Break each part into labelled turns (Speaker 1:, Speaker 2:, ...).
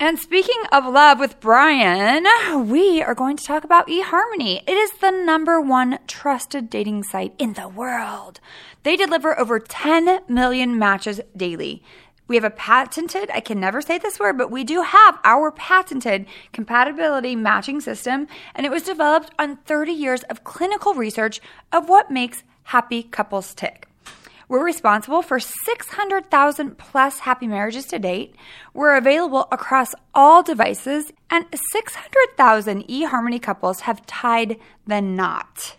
Speaker 1: And speaking of love with Brian, we are going to talk about eHarmony. It is the number one trusted dating site in the world. They deliver over 10 million matches daily. We have a patented, I can never say this word, but we do have our patented compatibility matching system, and it was developed on 30 years of clinical research of what makes happy couples tick. We're responsible for 600,000 plus happy marriages to date. We're available across all devices, and 600,000 eHarmony couples have tied the knot.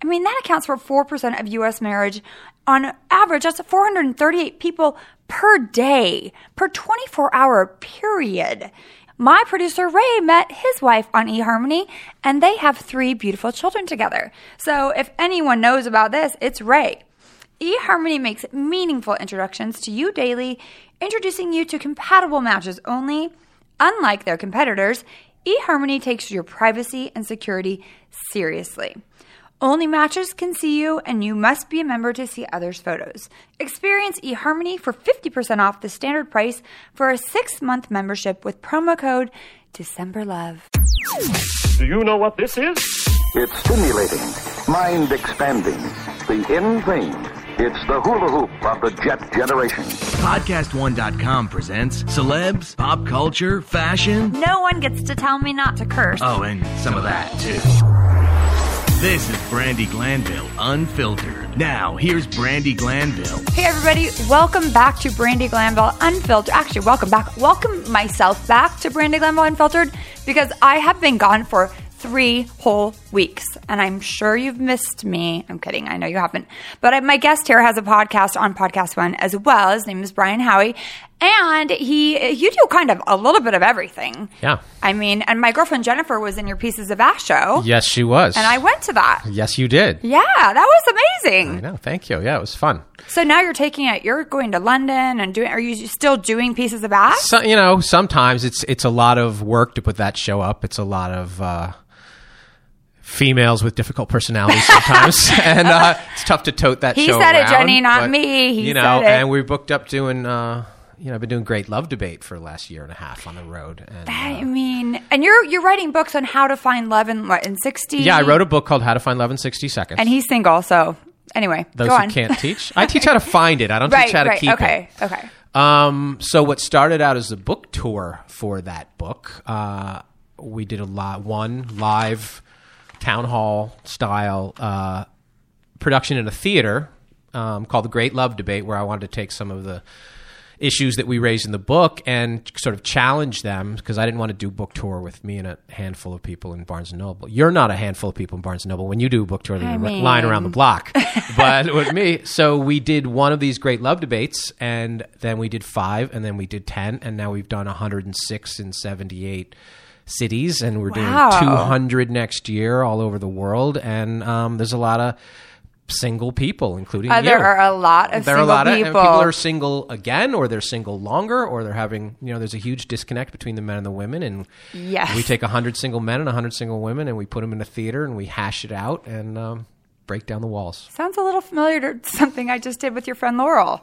Speaker 1: I mean, that accounts for 4% of US marriage. On average, that's 438 people per day, per 24 hour period. My producer Ray met his wife on eHarmony, and they have three beautiful children together. So, if anyone knows about this, it's Ray eHarmony makes meaningful introductions to you daily, introducing you to compatible matches only. Unlike their competitors, eHarmony takes your privacy and security seriously. Only matches can see you, and you must be a member to see others' photos. Experience eHarmony for 50% off the standard price for a six month membership with promo code DecemberLove.
Speaker 2: Do you know what this is?
Speaker 3: It's stimulating, mind expanding, the in thing. It's the hula hoop of the jet generation.
Speaker 4: Podcast1.com presents celebs, pop culture, fashion.
Speaker 1: No one gets to tell me not to curse.
Speaker 4: Oh, and some of that, too. This is Brandy Glanville Unfiltered. Now, here's Brandy Glanville.
Speaker 1: Hey, everybody, welcome back to Brandy Glanville Unfiltered. Actually, welcome back. Welcome myself back to Brandy Glanville Unfiltered because I have been gone for three whole weeks. And I'm sure you've missed me. I'm kidding. I know you haven't. But I- my guest here has a podcast on Podcast One as well. His name is Brian Howie. And he, you do kind of a little bit of everything.
Speaker 5: Yeah.
Speaker 1: I mean, and my girlfriend Jennifer was in your Pieces of Ash show.
Speaker 5: Yes, she was.
Speaker 1: And I went to that.
Speaker 5: Yes, you did.
Speaker 1: Yeah, that was amazing.
Speaker 5: I know. Thank you. Yeah, it was fun.
Speaker 1: So now you're taking it. You're going to London and doing. Are you still doing pieces of ash?
Speaker 5: So, you know, sometimes it's it's a lot of work to put that show up. It's a lot of uh, females with difficult personalities sometimes, and uh, it's tough to tote that.
Speaker 1: He
Speaker 5: show
Speaker 1: said it,
Speaker 5: around,
Speaker 1: Jenny, not
Speaker 5: but,
Speaker 1: me. He
Speaker 5: you know,
Speaker 1: said it.
Speaker 5: and we booked up doing. Uh, you know, I've been doing great love debate for the last year and a half on the road. And, uh,
Speaker 1: I mean, and you're you're writing books on how to find love in what in sixty.
Speaker 5: yeah, I wrote a book called How to Find Love in 60 Seconds.
Speaker 1: And he's single, so anyway,
Speaker 5: Those
Speaker 1: go
Speaker 5: who
Speaker 1: on.
Speaker 5: can't teach. I teach how to find it. I don't
Speaker 1: right,
Speaker 5: teach how to
Speaker 1: right.
Speaker 5: keep it.
Speaker 1: okay, okay.
Speaker 5: Um, so what started out as a book tour for that book, uh, we did a lot one live town hall style uh, production in a theater um, called the Great Love Debate, where I wanted to take some of the issues that we raised in the book and sort of challenge them because I didn't want to do book tour with me and a handful of people in Barnes and Noble. You're not a handful of people in Barnes and Noble when you do a book tour. You're
Speaker 1: mean-
Speaker 5: lying around the block, but with me, so we did one of these great love debates, and then we did five, and then we did ten, and now we've done 106 and 78 cities, and we're
Speaker 1: Wow.
Speaker 5: doing 200 next year all over the world, and um, there's a lot of single people, including
Speaker 1: Uh,
Speaker 5: you
Speaker 1: there are a lot of
Speaker 5: there are a
Speaker 1: single
Speaker 5: lot of and
Speaker 1: people.
Speaker 5: people are single again or they're single longer or they're having you know there's a huge disconnect between the men and the women and
Speaker 1: Yes.
Speaker 5: we take 100 single men and 100 single women and we put them in a theater and we hash it out and um, break down the walls
Speaker 1: Sounds a little familiar to something I just did with your friend Laurel.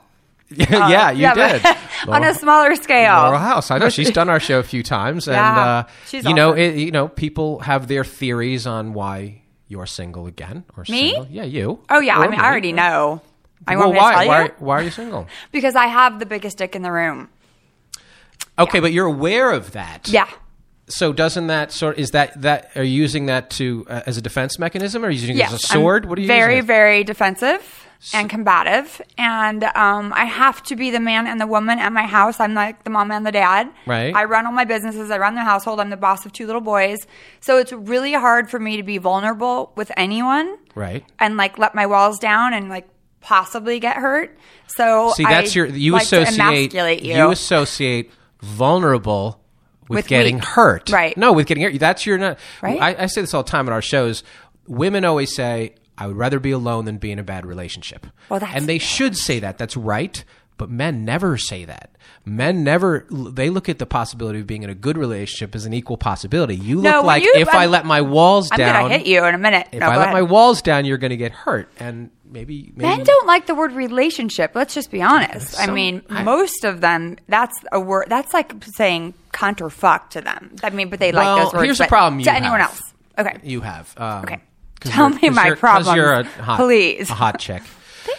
Speaker 5: yeah you
Speaker 1: Uh, yeah,
Speaker 5: did
Speaker 1: but on a smaller scale.
Speaker 5: Laurel House. I know she's done our show a few times, and
Speaker 1: Yeah,
Speaker 5: uh,
Speaker 1: she's
Speaker 5: you know,
Speaker 1: awesome.
Speaker 5: it, you know, people have their theories on why you're single again or
Speaker 1: Me?
Speaker 5: single. Yeah, you.
Speaker 1: Oh yeah,
Speaker 5: Or
Speaker 1: I mean,
Speaker 5: me.
Speaker 1: I already know. I want
Speaker 5: well,
Speaker 1: me to
Speaker 5: why,
Speaker 1: tell you
Speaker 5: why, why are you single?
Speaker 1: because I have the biggest dick in the room.
Speaker 5: Okay, but you're aware of that.
Speaker 1: Yeah.
Speaker 5: So doesn't that sort is that that are you using that to uh, as a defense mechanism or are you using it as a
Speaker 1: I'm
Speaker 5: sword? what are you
Speaker 1: very,
Speaker 5: using? it-
Speaker 1: very defensive and combative, and um, I have to be the man and the woman at my house. I'm like the mom and the dad.
Speaker 5: Right.
Speaker 1: I run all my businesses. I run the household. I'm the boss of two little boys. So it's really hard for me to be vulnerable with anyone,
Speaker 5: right.
Speaker 1: and like let my walls down and like possibly get hurt. So
Speaker 5: See, that's
Speaker 1: I
Speaker 5: your you
Speaker 1: like to
Speaker 5: associate
Speaker 1: emasculate you.
Speaker 5: associate vulnerable with,
Speaker 1: With
Speaker 5: getting
Speaker 1: weak.
Speaker 5: hurt.
Speaker 1: Right.
Speaker 5: No, with getting hurt. That's your not.
Speaker 1: Right?
Speaker 5: I, I say this all the time at our shows. Women always say, "I would rather be alone than be in a bad relationship."
Speaker 1: Well, that's-
Speaker 5: and they should say that. That's right. But men never say that. Men never. They look at the possibility of being in a good relationship as an equal possibility. You look
Speaker 1: No, when
Speaker 5: like
Speaker 1: you-
Speaker 5: if i
Speaker 1: I'm-
Speaker 5: let my walls
Speaker 1: I'm
Speaker 5: down,
Speaker 1: gonna hit you in a minute.
Speaker 5: If
Speaker 1: No,
Speaker 5: I
Speaker 1: go
Speaker 5: let
Speaker 1: ahead.
Speaker 5: my walls down, you're going to get hurt, and maybe, maybe
Speaker 1: Men don't like the word relationship. Let's just be honest. I mean, most of them, that's a word, that's like saying cunt or fuck to them. I mean, but they like
Speaker 5: Well,
Speaker 1: those words.
Speaker 5: here's the
Speaker 1: but
Speaker 5: problem you
Speaker 1: to anyone
Speaker 5: have.
Speaker 1: else. Okay.
Speaker 5: You have. Um,
Speaker 1: Okay.
Speaker 5: 'cause
Speaker 1: Tell
Speaker 5: you're-
Speaker 1: me
Speaker 5: 'cause
Speaker 1: my
Speaker 5: you're- 'cause You're a
Speaker 1: problems,
Speaker 5: hot,
Speaker 1: please.
Speaker 5: a hot chick.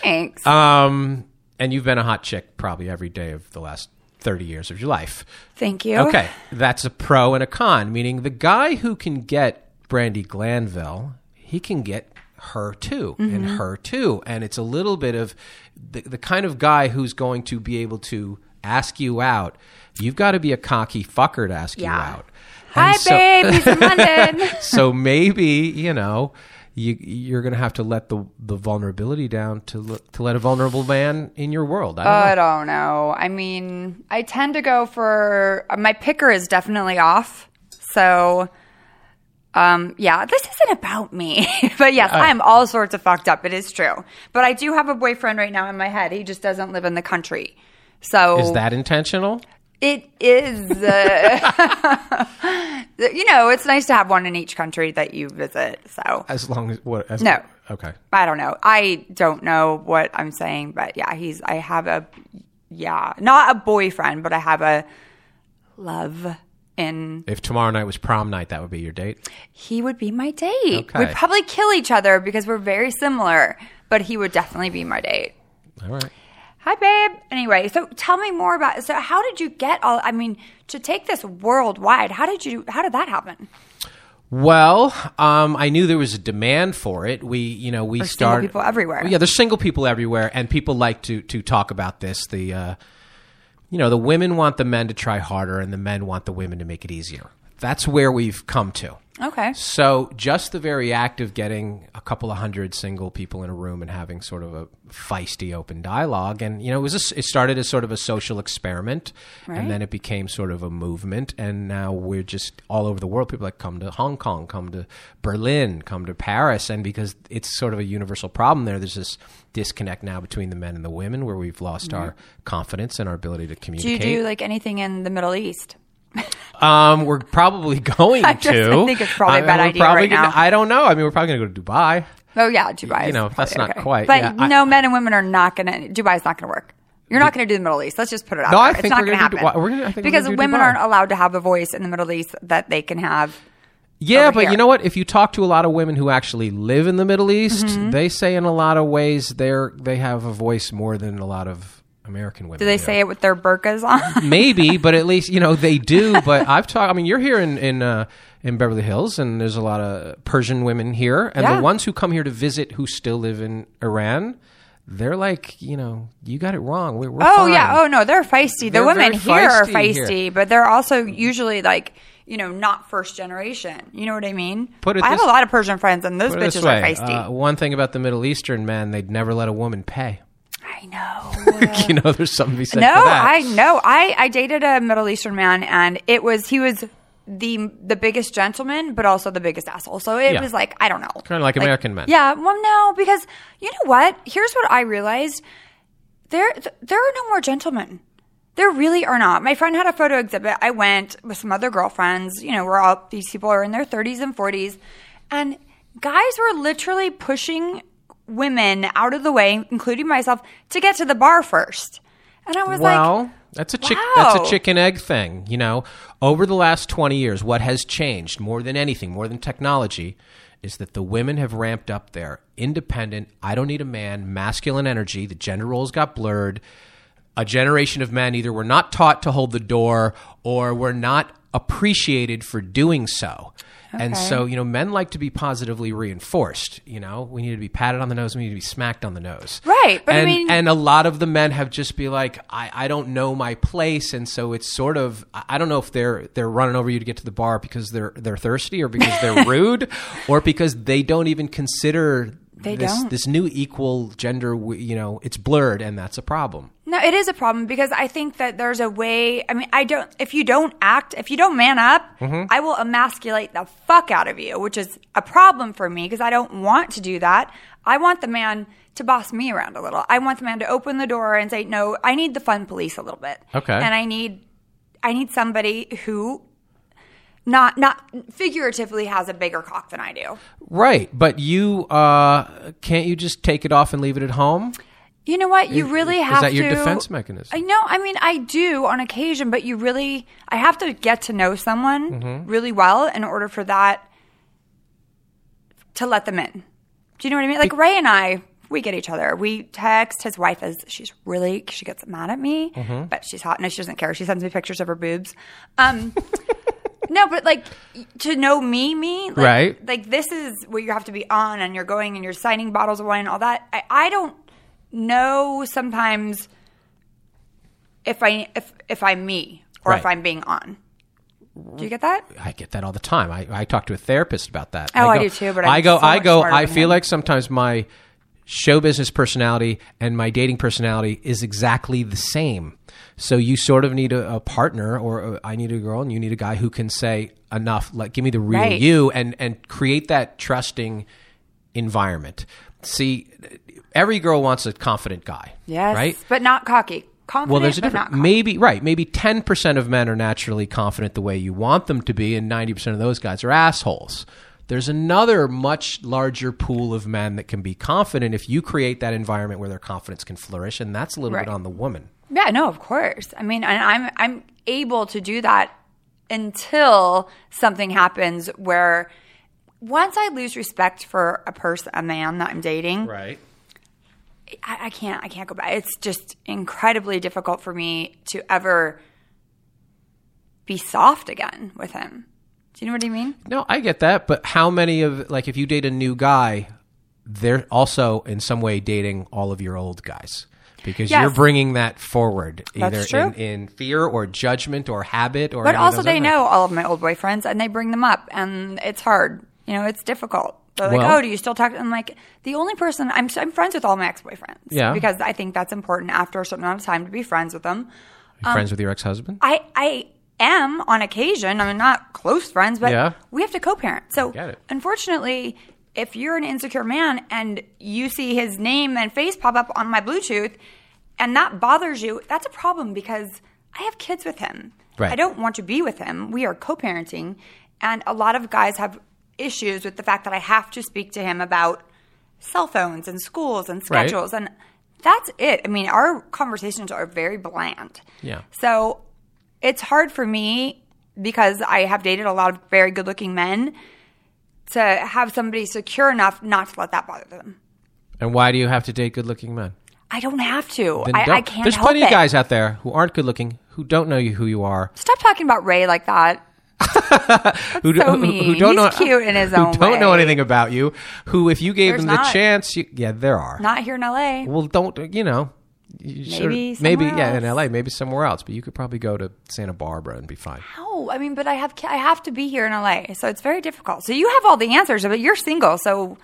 Speaker 1: Thanks.
Speaker 5: Um, and you've been a hot chick probably every day of the last thirty years of your life.
Speaker 1: Thank you.
Speaker 5: Okay, that's a pro and a con. Meaning the guy who can get Brandy Glanville, he can get her too, and
Speaker 1: Mm-hmm.
Speaker 5: her too, and it's a little bit of the, the kind of guy who's going to be able to ask you out. You've got to be a cocky fucker to ask you
Speaker 1: Yeah.
Speaker 5: out.
Speaker 1: Hi,
Speaker 5: And so-
Speaker 1: babe. He's in London.
Speaker 5: so maybe you know you you're gonna have to let the the vulnerability down to l- to let a vulnerable man in your world. I don't
Speaker 1: I
Speaker 5: know.
Speaker 1: don't know. oh, I mean, I tend to go for uh, my picker is definitely off. So, um, yeah, this isn't about me. but yes, I'm all sorts of fucked up. It is true. But I do have a boyfriend right now in my head. He just doesn't live in the country. So
Speaker 5: Is that intentional?
Speaker 1: it is. Uh, you know, it's nice to have one in each country that you visit. So
Speaker 5: As long as what? As,
Speaker 1: No.
Speaker 5: Okay.
Speaker 1: I don't know. I don't know what I'm saying, but yeah, he's. I have a, yeah, not a boyfriend, but I have a love, and
Speaker 5: If tomorrow night was prom night, that would be your date.
Speaker 1: he would be my date.
Speaker 5: Okay.
Speaker 1: We'd probably kill each other because we're very similar, but he would definitely be my date.
Speaker 5: All right.
Speaker 1: Hi, babe. Anyway, so tell me more about. So, how did you get all? I mean, to take this worldwide, how did you? How did that happen?
Speaker 5: Well, um, I knew there was a demand for it. We, you know, we
Speaker 1: There's single
Speaker 5: started
Speaker 1: people everywhere.
Speaker 5: Yeah, there's single people everywhere, and people like to to talk about this. The, uh, you know, the women want the men to try harder, and the men want the women to make it easier. That's where we've come to.
Speaker 1: Okay.
Speaker 5: So just the very act of getting a couple of hundred single people in a room and having sort of a feisty open dialogue, and you know, it was a, it started as sort of a social experiment,
Speaker 1: Right.
Speaker 5: and then it became sort of a movement, and now we're just all over the world. People like come to Hong Kong, come to Berlin, come to Paris, and because it's sort of a universal problem there, there's this disconnect now between the men and the women where we've lost our confidence and our ability to
Speaker 1: Mm-hmm. Do you
Speaker 5: communicate.
Speaker 1: do like anything in the Middle East?
Speaker 5: Um, we're probably going
Speaker 1: I just- I
Speaker 5: to.
Speaker 1: think it's probably a
Speaker 5: I-
Speaker 1: bad
Speaker 5: we're
Speaker 1: idea
Speaker 5: probably
Speaker 1: right
Speaker 5: gonna-
Speaker 1: now.
Speaker 5: I don't know. I mean, we're probably going to go to Dubai.
Speaker 1: Oh yeah, Dubai.
Speaker 5: You know,
Speaker 1: is
Speaker 5: that's
Speaker 1: probably
Speaker 5: not quite-
Speaker 1: But
Speaker 5: yeah, I-
Speaker 1: no, men and women are not going to. Dubai's not going to work. You're not going to do the Middle East. Let's just put it out
Speaker 5: No,
Speaker 1: there.
Speaker 5: I
Speaker 1: it's
Speaker 5: think
Speaker 1: not
Speaker 5: we're
Speaker 1: going to
Speaker 5: gonna do
Speaker 1: happen.
Speaker 5: Dubai. We're gonna- I think we're
Speaker 1: because
Speaker 5: gonna do
Speaker 1: women
Speaker 5: Dubai.
Speaker 1: aren't allowed to have a voice in the Middle East that they can have.
Speaker 5: Yeah,
Speaker 1: Over
Speaker 5: but
Speaker 1: here.
Speaker 5: you know what? If you talk to a lot of women who actually live in the Middle East,
Speaker 1: Mm-hmm.
Speaker 5: they say in a lot of ways they're they have a voice more than a lot of American women.
Speaker 1: Do they say it with their burqas on?
Speaker 5: Maybe, but at least you know they do. But I've talked. I mean, you're here in in uh, in Beverly Hills, and there's a lot of Persian women here, and
Speaker 1: Yeah.
Speaker 5: the ones who come here to visit who still live in Iran, they're like, you know, you got it wrong. We're, we're
Speaker 1: oh
Speaker 5: fine.
Speaker 1: yeah. Oh no, they're feisty. The
Speaker 5: They're
Speaker 1: women
Speaker 5: very
Speaker 1: here are
Speaker 5: feisty
Speaker 1: feisty,
Speaker 5: here.
Speaker 1: but they're also usually like you know not first generation. You know what I mean?
Speaker 5: Put it
Speaker 1: I have
Speaker 5: this-
Speaker 1: a lot of Persian friends, and those
Speaker 5: Put it
Speaker 1: bitches
Speaker 5: this
Speaker 1: are
Speaker 5: way,
Speaker 1: feisty.
Speaker 5: uh, one thing about the Middle Eastern men, they'd never let a woman pay.
Speaker 1: I know.
Speaker 5: you know, there's something to be said
Speaker 1: No,
Speaker 5: for that.
Speaker 1: I no, I I dated a Middle Eastern man, and it was he was the the biggest gentleman, but also the biggest asshole. So it
Speaker 5: Yeah.
Speaker 1: was like I don't know,
Speaker 5: Kinda like American men.
Speaker 1: Yeah, well, no, because you know what? Here's what I realized: there th- there are no more gentlemen. There really are not. My friend had a photo exhibit. I went with some other girlfriends. You know, we're all these people are in their 30s and 40s, and guys were literally pushing women out of the way, including myself, to get to the bar first. And I was like,
Speaker 5: well, that's a chick. That's
Speaker 1: wow.
Speaker 5: a chicken egg thing. You know, over the last twenty years, what has changed more than anything, more than technology, is that the women have ramped up their independent. I don't need a man. Masculine energy. The gender roles got blurred. A generation of men either were not taught to hold the door or were not appreciated for doing so. And so, you know, men like to be positively reinforced. You know, we need to be patted on the nose. We need to be smacked on the nose.
Speaker 1: Right, but I
Speaker 5: and,
Speaker 1: mean-
Speaker 5: and a lot of the men have just be like, I, I don't know my place, and so it's sort of I I don't know if they're they're running over you to get to the bar because they're they're thirsty or because they're rude or because they don't even consider
Speaker 1: They
Speaker 5: this
Speaker 1: don't.
Speaker 5: this new equal gender. w- You know, it's blurred, and that's a problem.
Speaker 1: No, it is a problem because I think that there's a way. I mean, I don't. If you don't act, if you don't man up, I will emasculate the fuck out of you, which is a problem for me because I don't want to do that. I want the man to boss me around a little. I want the man to open the door and say, "No, I need the fun police a little bit."
Speaker 5: Okay.
Speaker 1: and I need, I need somebody who, not not figuratively, has a bigger cock than I do.
Speaker 5: Right, but you uh, can't you just take it off and leave it at home?
Speaker 1: You know what? You really
Speaker 5: Is
Speaker 1: have
Speaker 5: that your
Speaker 1: to-
Speaker 5: defense mechanism?
Speaker 1: I know. I mean, I do on occasion, but you really, I have to get to know someone
Speaker 5: Mm-hmm.
Speaker 1: really well in order for that to let them in. Do you know what I mean? Like Ray and I, we get each other. We text. His wife is she's really she gets mad at me,
Speaker 5: Mm-hmm.
Speaker 1: but she's hot. No, she doesn't care. She sends me pictures of her boobs. Um, no, but like to know me, me, like,
Speaker 5: Right.
Speaker 1: Like this is where you have to be on, and you're going and you're signing bottles of wine and all that. I, I don't know sometimes if I if if I'm me or if
Speaker 5: Right.
Speaker 1: I'm being on. Do you get that?
Speaker 5: I get that all the time. I, I talk to a therapist about that.
Speaker 1: Oh, I do too, but I'm
Speaker 5: I go,
Speaker 1: so
Speaker 5: I
Speaker 1: much
Speaker 5: go,
Speaker 1: smarter
Speaker 5: I
Speaker 1: than
Speaker 5: feel
Speaker 1: him.
Speaker 5: like sometimes my show business personality and my dating personality is exactly the same. So you sort of need a, a partner, or uh, I need a girl, and you need a guy who can say enough. Like, give me the real
Speaker 1: Right.
Speaker 5: you, and and create that trusting environment. See, every girl wants a confident guy.
Speaker 1: Yes,
Speaker 5: right.
Speaker 1: but not cocky. Confident,
Speaker 5: Well, there's a
Speaker 1: but not
Speaker 5: difference.
Speaker 1: cocky.
Speaker 5: Maybe right. Maybe ten percent of men are naturally confident the way you want them to be, and ninety percent of those guys are assholes. There's another much larger pool of men that can be confident if you create that environment where their confidence can flourish, and that's a little
Speaker 1: Right.
Speaker 5: bit on the woman.
Speaker 1: Yeah, no, of course. I mean, and I'm I'm able to do that until something happens where once I lose respect for a person, a man that I'm dating,
Speaker 5: Right.
Speaker 1: I, I can't I can't go back. It's just incredibly difficult for me to ever be soft again with him. Do you know what I mean?
Speaker 5: No, I get that, but how many of like if you date a new guy, they're also in some way dating all of your old guys because
Speaker 1: Yes.
Speaker 5: you're bringing that forward
Speaker 1: That's
Speaker 5: either
Speaker 1: true.
Speaker 5: In, in fear or judgment or habit or.
Speaker 1: But
Speaker 5: any of
Speaker 1: also,
Speaker 5: those
Speaker 1: they
Speaker 5: other-
Speaker 1: know all of my old boyfriends, and they bring them up, and it's hard. You know, it's difficult. They're like,
Speaker 5: Well-
Speaker 1: "Oh, do you still talk?" I'm like, the only person I'm I'm friends with all my ex boyfriends,
Speaker 5: Yeah.
Speaker 1: because I think that's important after a certain amount of time to be friends with them. um,
Speaker 5: You're friends with your ex-husband.
Speaker 1: I I am on occasion. I'm not close friends, but
Speaker 5: Yeah.
Speaker 1: we have to co-parent. So
Speaker 5: get it.
Speaker 1: unfortunately, if you're an insecure man and you see his name and face pop up on my Bluetooth, and that bothers you, that's a problem because I have kids with him.
Speaker 5: Right.
Speaker 1: I don't want to be with him. We are co-parenting, and a lot of guys have issues with the fact that I have to speak to him about cell phones and schools and
Speaker 5: Right.
Speaker 1: schedules and. That's it. I mean, our conversations are very bland.
Speaker 5: Yeah.
Speaker 1: So it's hard for me because I have dated a lot of very good looking men to have somebody secure enough not to let that bother them.
Speaker 5: And why do you have to date good-looking men?
Speaker 1: I don't have to.
Speaker 5: Then
Speaker 1: I,
Speaker 5: don't.
Speaker 1: I can't
Speaker 5: There's
Speaker 1: help
Speaker 5: plenty of
Speaker 1: it.
Speaker 5: guys out there who aren't good-looking, who don't know you who you are,
Speaker 1: Stop talking about Ray like that.
Speaker 5: who,
Speaker 1: so
Speaker 5: who- who
Speaker 1: mean.
Speaker 5: don't
Speaker 1: He's
Speaker 5: know
Speaker 1: cute in his
Speaker 5: who
Speaker 1: own
Speaker 5: don't know
Speaker 1: way.
Speaker 5: anything about you. Who, if you gave
Speaker 1: There's
Speaker 5: them the
Speaker 1: not.
Speaker 5: chance, you, yeah, there are.
Speaker 1: Not here in LA.
Speaker 5: well, don't you know? You should-
Speaker 1: Maybe
Speaker 5: maybe
Speaker 1: somewhere
Speaker 5: yeah, in
Speaker 1: else.
Speaker 5: L.A., maybe somewhere else. But you could probably go to Santa Barbara and be fine.
Speaker 1: No, I mean, but I have ki- I have to be here in LA, so it's very difficult. So you have all the answers, but you're single, so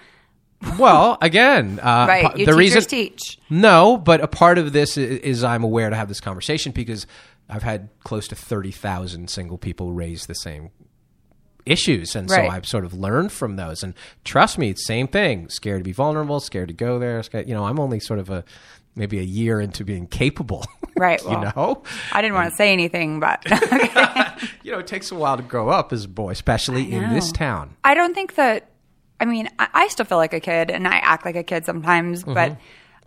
Speaker 5: well, again, uh,
Speaker 1: right.
Speaker 5: pa-
Speaker 1: You
Speaker 5: the
Speaker 1: teachers
Speaker 5: reason
Speaker 1: teach.
Speaker 5: No, but a part of this is, is I'm aware to have this conversation because I've had close to 30,000 single people raise the same issues. And
Speaker 1: Right.
Speaker 5: so I've sort of learned from those. And trust me, it's same thing. Scared to be vulnerable, scared to go there. Scared, you know, I'm only sort of a maybe a year into being capable.
Speaker 1: Right,
Speaker 5: you
Speaker 1: well.
Speaker 5: know? Mm.
Speaker 1: I didn't want to say anything, but
Speaker 5: You know, it takes a while to grow up as a boy, especially in this town.
Speaker 1: I don't think that. I mean, I, I still feel like a kid, and I act like a kid sometimes. But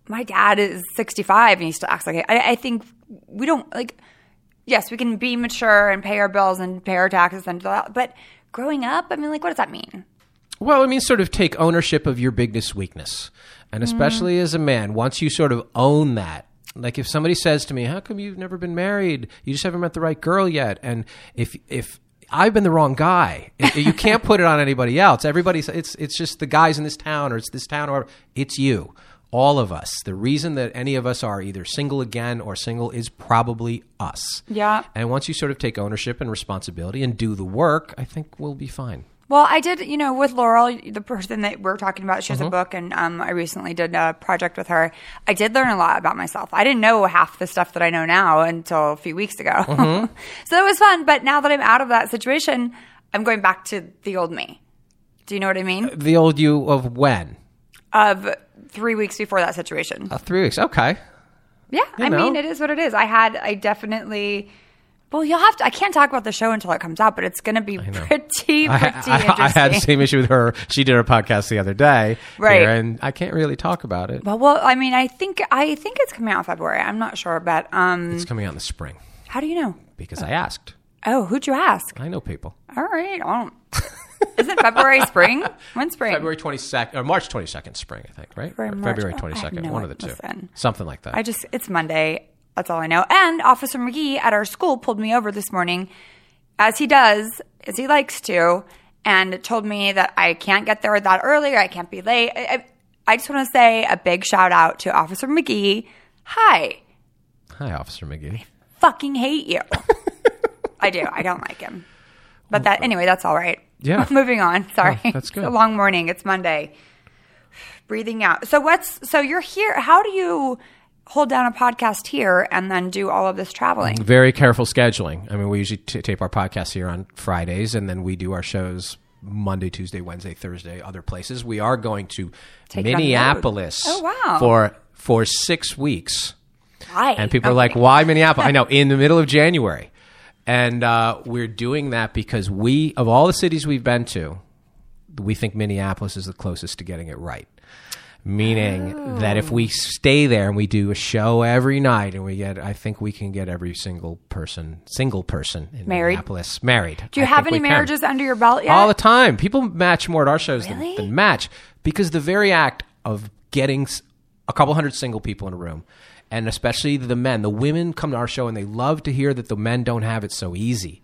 Speaker 1: my dad is sixty-five, and he still acts like a I, I think we don't like. Yes, we can be mature and pay our bills and pay our taxes and all that. But growing up, I mean, like, what does that mean?
Speaker 5: Well, I mean, sort of take ownership of your biggest weakness. And especially as a man, once you sort of own that, like if somebody says to me, How come you've never been married? You just haven't met the right girl yet. And if, if, I've been the wrong guy. If- You can't put it on anybody else. Everybody's it's it's just the guys in this town or it's this town or it's you. All of us. The reason that any of us are either single again or single is probably us.
Speaker 1: Yeah.
Speaker 5: And once you sort of take ownership and responsibility and do the work, I think we'll be fine.
Speaker 1: Well, I did, you know, with Laurel, the person that we're talking about, she has
Speaker 5: Mm-hmm.
Speaker 1: a book, and um, I recently did a project with her. I did learn a lot about myself. I didn't know half the stuff that I know now until a few weeks ago.
Speaker 5: Mm-hmm.
Speaker 1: so it was fun. But now that I'm out of that situation, I'm going back to the old me. Do you know what I mean?
Speaker 5: The old you of when?
Speaker 1: Of three weeks before that situation.
Speaker 5: Uh, three weeks. Okay.
Speaker 1: Yeah, I
Speaker 5: know.
Speaker 1: mean, it is what it is. I had, I definitely Well, you'll have to. I can't talk about the show until it comes out, but it's going to be pretty, pretty
Speaker 5: I,
Speaker 1: interesting.
Speaker 5: I, I had the same issue with her. She did her podcast the other day,
Speaker 1: Right. Mm.
Speaker 5: here, and I can't really talk about it.
Speaker 1: well, well, I mean, I think I think it's coming out in February. I'm not sure, but um,
Speaker 5: It's coming out in the spring
Speaker 1: how do you know?
Speaker 5: because I asked.
Speaker 1: Oh, who'd you ask?
Speaker 5: I know people.
Speaker 1: All right, I don't. Isn't February spring? When's spring?
Speaker 5: February twenty second or March twenty second, spring, I think, right?
Speaker 1: February,
Speaker 5: Or
Speaker 1: March.
Speaker 5: February
Speaker 1: Oh, I have
Speaker 5: twenty second,
Speaker 1: no
Speaker 5: one of the two,
Speaker 1: idea. Listen.
Speaker 5: something like that.
Speaker 1: I just it's Monday. That's all I know. And Officer McGee at our school pulled me over this morning, as he does, as he likes to, and told me that I can't get there that early. Or I can't be late. I, I, I just want to say a big shout out to Officer McGee. Hi,
Speaker 5: Hi, Officer McGee.
Speaker 1: fucking hate you. I do. I don't like him. But that anyway, that's all right.
Speaker 5: Yeah.
Speaker 1: Moving on. Sorry.
Speaker 5: Oh, that's
Speaker 1: It's a
Speaker 5: good.
Speaker 1: long morning. It's Monday. Breathing out. So what's so you're here how do you hold down a podcast here and then do all of this traveling?
Speaker 5: Very careful scheduling. I mean, we usually t- tape our podcast here on Fridays, and then we do our shows Monday, Tuesday, Wednesday, Thursday, other places. We are going to
Speaker 1: it on the road.
Speaker 5: Minneapolis
Speaker 1: Oh, wow.
Speaker 5: for for six weeks.
Speaker 1: Why?
Speaker 5: And people are
Speaker 1: Okay.
Speaker 5: like, why Minneapolis? I know, in the middle of January. And uh, we're doing that because we, of all the cities we've been to, we think Minneapolis is the closest to getting it right. Meaning that if
Speaker 1: Oh.
Speaker 5: we stay there and we do a show every night and we get, I think we can get every single person, single person in
Speaker 1: Married?
Speaker 5: Minneapolis married.
Speaker 1: Do you
Speaker 5: I
Speaker 1: have
Speaker 5: think
Speaker 1: any
Speaker 5: we can.
Speaker 1: marriages under your belt yet?
Speaker 5: All the time. People match more at our shows
Speaker 1: Really?
Speaker 5: than, than match because the very act of getting s- a couple hundred single people in a room, and especially the men, the women come to our show and they love to hear that the men don't have it so easy.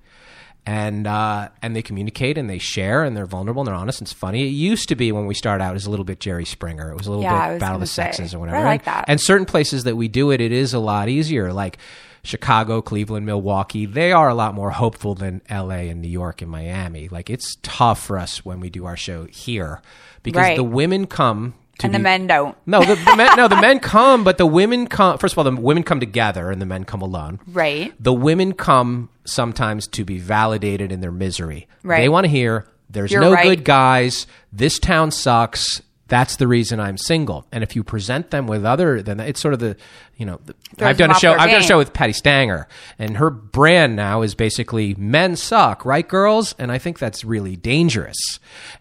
Speaker 5: And uh, and they communicate and they share and they're vulnerable and they're honest. and It's funny. It used to be when we started out it was a little bit Jerry Springer. It was a little
Speaker 1: Yeah, I
Speaker 5: bit
Speaker 1: was
Speaker 5: Battle of
Speaker 1: gonna
Speaker 5: the
Speaker 1: say.
Speaker 5: Sexes
Speaker 1: I
Speaker 5: or whatever.
Speaker 1: like
Speaker 5: And-
Speaker 1: that.
Speaker 5: and certain places that we do it, it is a lot easier. Like Chicago, Cleveland, Milwaukee, they are a lot more hopeful than LA and New York and Miami. Like it's tough for us when we do our show here because
Speaker 1: Right.
Speaker 5: the women come to
Speaker 1: and the
Speaker 5: be-
Speaker 1: men don't.
Speaker 5: No, the, the men no the men come, but the women come. First of all, the women come together and the men come alone.
Speaker 1: Right.
Speaker 5: The women come sometimes to be validated in their misery.
Speaker 1: Right.
Speaker 5: They want to hear there's
Speaker 1: You're
Speaker 5: no
Speaker 1: right.
Speaker 5: good guys. This town sucks. That's the reason I'm single. And if you present them with other than that, it's sort of the, you know, the,
Speaker 1: Throws
Speaker 5: I've done
Speaker 1: them
Speaker 5: a
Speaker 1: off
Speaker 5: show.
Speaker 1: their
Speaker 5: I've done a
Speaker 1: game.
Speaker 5: show with Patty Stanger, and her brand now is basically men suck, right, girls? And I think that's really dangerous,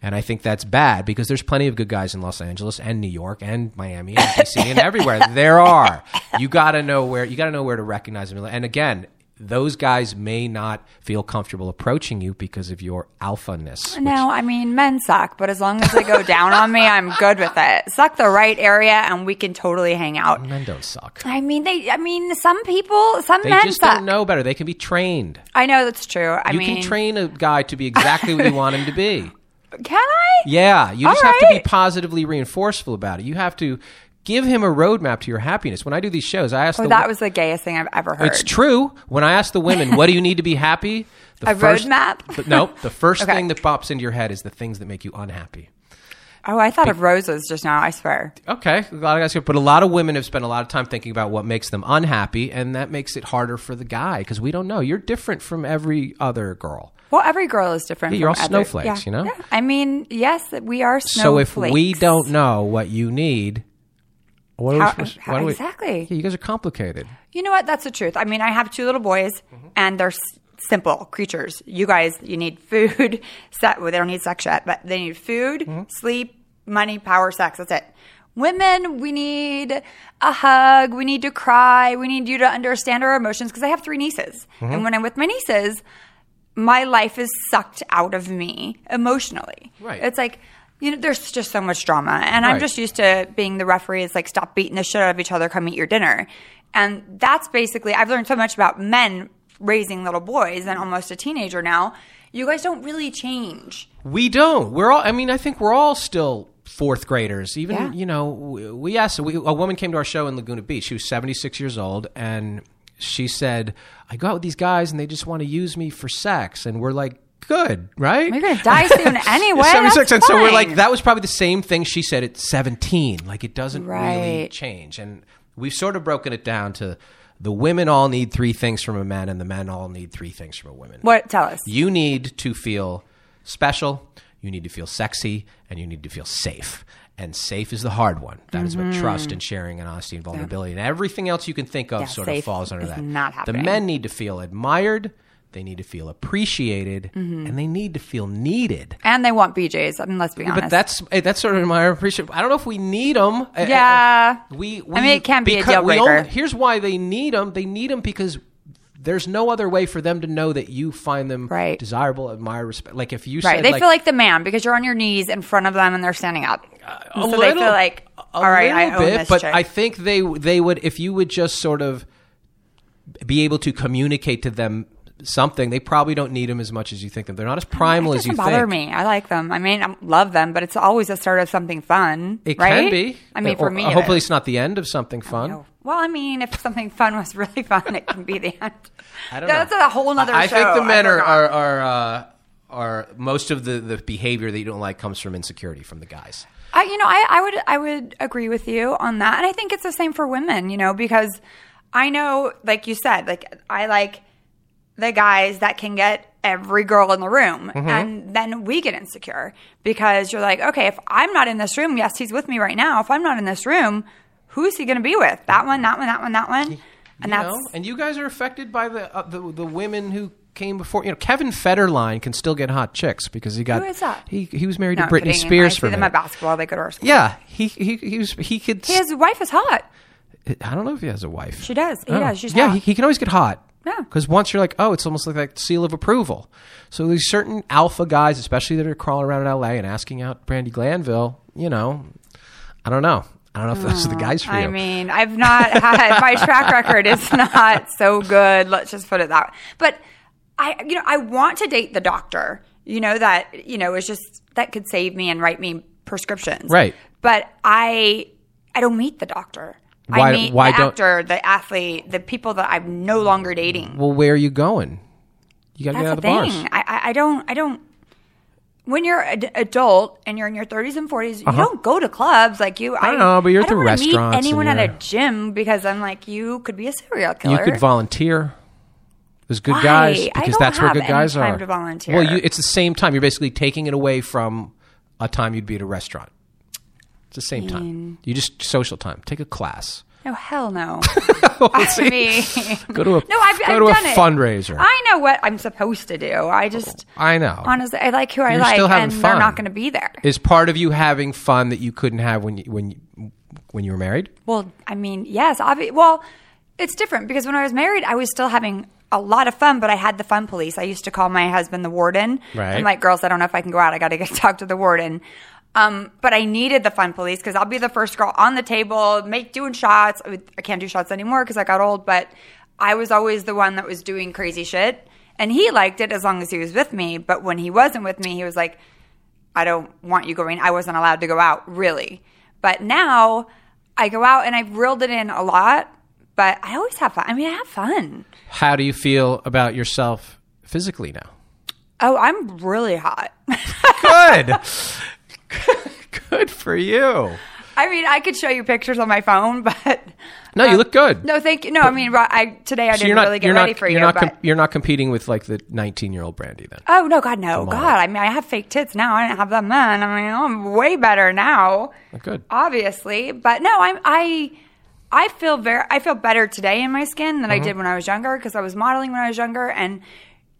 Speaker 5: and I think that's bad because there's plenty of good guys in Los Angeles and New York and Miami and DC and everywhere. There are. You got to know where you got to know where to recognize them. And again. Those guys may not feel comfortable approaching you because of your alphaness. which-
Speaker 1: No, I mean men suck, but as long as they go down on me, I'm good with it. Suck the right area and we can totally hang out.
Speaker 5: men don't suck.
Speaker 1: I mean they I mean some people some
Speaker 5: They
Speaker 1: men
Speaker 5: just
Speaker 1: suck.
Speaker 5: don't know better. They can be trained.
Speaker 1: I know that's true. I
Speaker 5: you
Speaker 1: mean
Speaker 5: can train a guy to be exactly what you want him to be.
Speaker 1: Can I?
Speaker 5: Yeah, you
Speaker 1: All
Speaker 5: just have to be
Speaker 1: right.
Speaker 5: positively reinforceful about it. You have to give him a roadmap to your happiness. When I do these shows, I ask
Speaker 1: Oh,
Speaker 5: the
Speaker 1: that was the gayest thing I've ever heard.
Speaker 5: it's true. When I ask the women, what do you need to be happy? The
Speaker 1: A roadmap?
Speaker 5: the- no, the first
Speaker 1: Okay.
Speaker 5: thing that pops into your head is the things that make you unhappy.
Speaker 1: Oh, I thought of roses just now. I swear.
Speaker 5: Okay, a lot of guys, here, but a lot of women have spent a lot of time thinking about what makes them unhappy, and that makes it harder for the guy because we don't know. You're different from every other girl.
Speaker 1: Well, every girl is different.
Speaker 5: Yeah, you're
Speaker 1: from
Speaker 5: all
Speaker 1: other-
Speaker 5: snowflakes,
Speaker 1: yeah,
Speaker 5: you know?
Speaker 1: Yeah. I mean, yes, we are
Speaker 5: So
Speaker 1: snowflakes.
Speaker 5: if we don't know what you need, what are
Speaker 1: How-
Speaker 5: we supposed,
Speaker 1: how-
Speaker 5: why do we-
Speaker 1: exactly.
Speaker 5: Yeah, you guys are complicated.
Speaker 1: you know what? That's the truth. I mean, I have two little boys, and they're s- simple creatures. You guys, you need food. Set. Well, they don't need sex yet, but they need food, sleep, money, power, sex. That's it. Women, we need a hug. We need to cry. We need you to understand our emotions because I have three nieces, and when I'm with my nieces, my life is sucked out of me emotionally.
Speaker 5: Right.
Speaker 1: It's like, you know, there's just so much drama. And I'm
Speaker 5: Right.
Speaker 1: just used to being the referee. It's like, stop beating the shit out of each other, come eat your dinner. And that's basically, I've learned so much about men raising little boys and almost a teenager now. You guys don't really change.
Speaker 5: We don't. We're all. I mean, I think we're all still fourth graders. Even
Speaker 1: Yeah.
Speaker 5: you know, we, we asked. We, a woman came to our show in Laguna Beach. She was seventy six years old, and she said, "I go out with these guys, and they just want to use me for sex." And we're like, "Good, right?"
Speaker 1: You're going to die soon anyway.
Speaker 5: Yeah, 76
Speaker 1: That's
Speaker 5: and so we're
Speaker 1: fine.
Speaker 5: like that was probably the same thing she said at 17 like it doesn't really
Speaker 1: Right.
Speaker 5: change and we've sort of broken it down to the women all need three things from a man and the men all need three things from a woman
Speaker 1: What? Tell us.
Speaker 5: you need to feel special you need to feel sexy and you need to feel safe And safe is the hard one. That is what trust and sharing and honesty and vulnerability and everything else you can think of
Speaker 1: Yeah,
Speaker 5: sort
Speaker 1: safe
Speaker 5: of falls under
Speaker 1: is
Speaker 5: that.
Speaker 1: not
Speaker 5: the
Speaker 1: happening.
Speaker 5: men need to feel admired, they need to feel appreciated,
Speaker 1: Mm-hmm.
Speaker 5: and they need to feel needed.
Speaker 1: And they want BJ's, I mean, let's be honest.
Speaker 5: But that's eh, that's sort of my appreciation. I don't know if we need them.
Speaker 1: Yeah.
Speaker 5: eh, we, we.
Speaker 1: I mean, it can be a
Speaker 5: because
Speaker 1: deal
Speaker 5: we only-
Speaker 1: breaker.
Speaker 5: here's why they need them. They need them because there's no other way for them to know that you find them
Speaker 1: Right.
Speaker 5: desirable, admire, respect. Like if you
Speaker 1: right.
Speaker 5: said,
Speaker 1: They
Speaker 5: like,
Speaker 1: feel like the man because you're on your knees in front of them and they're standing up.
Speaker 5: Uh, a
Speaker 1: And so
Speaker 5: little,
Speaker 1: they feel like,
Speaker 5: a
Speaker 1: all right, I
Speaker 5: little
Speaker 1: own
Speaker 5: bit,
Speaker 1: this
Speaker 5: but
Speaker 1: chick.
Speaker 5: I think they they would if you would just sort of be able to communicate to them something. They probably don't need them as much as you think them. They're not as primal
Speaker 1: It
Speaker 5: as you
Speaker 1: doesn't
Speaker 5: think.
Speaker 1: bother me. I like them. I mean, I love them, but it's always the start of something fun.
Speaker 5: It
Speaker 1: right?
Speaker 5: can be.
Speaker 1: I mean,
Speaker 5: Or-
Speaker 1: for me, it
Speaker 5: hopefully
Speaker 1: is.
Speaker 5: it's not the end of something fun.
Speaker 1: No. Well, I mean, if something fun was really fun, it can be the end.
Speaker 5: I don't
Speaker 1: That's
Speaker 5: know.
Speaker 1: a whole other.
Speaker 5: I
Speaker 1: show.
Speaker 5: think the men are
Speaker 1: forgot.
Speaker 5: are are, uh, are most of the, the behavior that you don't like comes from insecurity from the guys.
Speaker 1: I, you know, I, I would I would agree with you on that, and I think it's the same for women. You know, because I know, like you said, like I like the guys that can get every girl in the room,
Speaker 5: Mm-hmm.
Speaker 1: and then we get insecure because you're like, okay, if I'm not in this room, yes, he's with me right now. If I'm not in this room, who's he going to be with? That one, that one, that one, that one, and
Speaker 5: you
Speaker 1: that's
Speaker 5: know? and you guys are affected by the, uh, the the women who came before. You know, Kevin Federline can still get hot chicks because he got
Speaker 1: Who is that?
Speaker 5: he he was married
Speaker 1: No,
Speaker 5: to
Speaker 1: I'm
Speaker 5: Britney
Speaker 1: kidding.
Speaker 5: Spears
Speaker 1: I see
Speaker 5: for a
Speaker 1: them
Speaker 5: minute.
Speaker 1: at basketball. They go to our school.
Speaker 5: Yeah, he he he was he could.
Speaker 1: his wife is hot.
Speaker 5: I don't know if he has a wife.
Speaker 1: She does. He
Speaker 5: Oh.
Speaker 1: does. She's
Speaker 5: yeah,
Speaker 1: hot.
Speaker 5: he, he can always get hot.
Speaker 1: Yeah.
Speaker 5: Because once you're like, oh, it's almost like that seal of approval. So these certain alpha guys, especially that are crawling around in LA and asking out Brandy Glanville, you know, I don't know. I don't know if those are the guys for you.
Speaker 1: I mean, I've not had my track record is not so good. Let's just put it that way. But I, you know, I want to date the doctor. You know that you know is just that could save me and write me prescriptions.
Speaker 5: Right.
Speaker 1: But I, I don't meet the doctor.
Speaker 5: Why-
Speaker 1: I meet
Speaker 5: why
Speaker 1: the
Speaker 5: don't-
Speaker 1: actor, the athlete, the people that I'm no longer dating.
Speaker 5: well, where are you going? You got
Speaker 1: That's
Speaker 5: to get out
Speaker 1: the
Speaker 5: of the bars.
Speaker 1: thing. I, I, I don't. I don't. When you're an adult and you're in your 30s and 40s, you don't go to clubs like you. I,
Speaker 5: don't Uh-huh. know, but you're
Speaker 1: I
Speaker 5: at the
Speaker 1: don't wanna
Speaker 5: restaurants and
Speaker 1: Meet anyone at a
Speaker 5: you're-
Speaker 1: gym because I'm like, you could be a serial
Speaker 5: You
Speaker 1: killer.
Speaker 5: could volunteer. There's good
Speaker 1: Why?
Speaker 5: guys
Speaker 1: I
Speaker 5: because
Speaker 1: don't
Speaker 5: that's where
Speaker 1: have
Speaker 5: good
Speaker 1: any
Speaker 5: guys
Speaker 1: time
Speaker 5: are.
Speaker 1: to volunteer.
Speaker 5: Well, you, it's the same time. You're basically taking it away from a time you'd be at a restaurant. It's the same time. You just social time. Take a class.
Speaker 1: No, hell no.
Speaker 5: See?
Speaker 1: I mean,
Speaker 5: Go to a
Speaker 1: no, I've,
Speaker 5: go
Speaker 1: I've
Speaker 5: to
Speaker 1: done
Speaker 5: a
Speaker 1: it.
Speaker 5: fundraiser.
Speaker 1: I know what I'm supposed to do. I just,
Speaker 5: I know.
Speaker 1: honestly, I like who I
Speaker 5: You're
Speaker 1: like,
Speaker 5: still having
Speaker 1: and they're
Speaker 5: fun.
Speaker 1: not going to be there.
Speaker 5: is part of you having fun that you couldn't have when you, when you, when you were married?
Speaker 1: Well, I mean, yes, obvi- well, it's different because when I was married, I was still having a lot of fun, but I had the fun police. I used to call my husband the warden.
Speaker 5: Right.
Speaker 1: I'm like, girls, I don't know if I can go out. I got to go talk to the warden. Um, but I needed the fun police because I'll be the first girl on the table, make doing shots. I would- I can't do shots anymore because I got old, but I was always the one that was doing crazy shit. And he liked it as long as he was with me. But when he wasn't with me, he was like, I don't want you going. I wasn't allowed to go out, really. But now I go out and I've reeled it in a lot, but I always have fun. I mean, I have fun.
Speaker 5: How do you feel about yourself physically now?
Speaker 1: Oh, I'm really hot.
Speaker 5: Good. good for you.
Speaker 1: I mean, I could show you pictures on my phone, but
Speaker 5: No, you look good.
Speaker 1: no, thank you. No, I mean, Ro- I today I
Speaker 5: So
Speaker 1: didn't
Speaker 5: you're not
Speaker 1: really get
Speaker 5: you're
Speaker 1: ready
Speaker 5: not
Speaker 1: for
Speaker 5: you're
Speaker 1: you.
Speaker 5: not
Speaker 1: but,
Speaker 5: com- you're not competing with like the 19 year old Brandy then.
Speaker 1: oh no, God, no,
Speaker 5: Come on.
Speaker 1: God. I mean, I have fake tits now. I didn't have them then. I mean, I'm way better now.
Speaker 5: Good.
Speaker 1: obviously but no i'm i i feel very i feel better today in my skin than i
Speaker 5: Mm-hmm.
Speaker 1: did when i was younger because i was modeling when i was younger and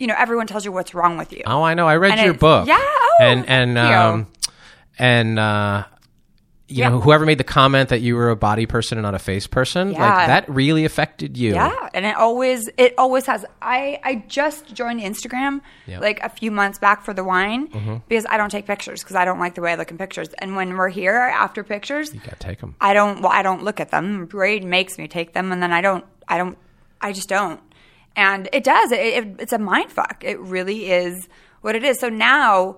Speaker 1: you know everyone tells you what's wrong with you
Speaker 5: Oh, I know. I read
Speaker 1: And
Speaker 5: your
Speaker 1: it's-
Speaker 5: book.
Speaker 1: Yeah, oh,
Speaker 5: and and
Speaker 1: thank you.
Speaker 5: um and uh you know whoever made the comment that you were a body person and not a face person, like
Speaker 1: Yeah.
Speaker 5: that really affected you.
Speaker 1: yeah and it always it always has i i just joined instagram
Speaker 5: Yeah. Mm-hmm.
Speaker 1: like a few months back for the wine because i don't take pictures because i don't like the way i look in pictures and when we're here after pictures
Speaker 5: Gotta take them.
Speaker 1: I don't. Well, I don't look at them. Braid makes me take them, and then I don't. I don't. I just don't. And it does. It, it, it's a mind fuck. It really is what it is. So now,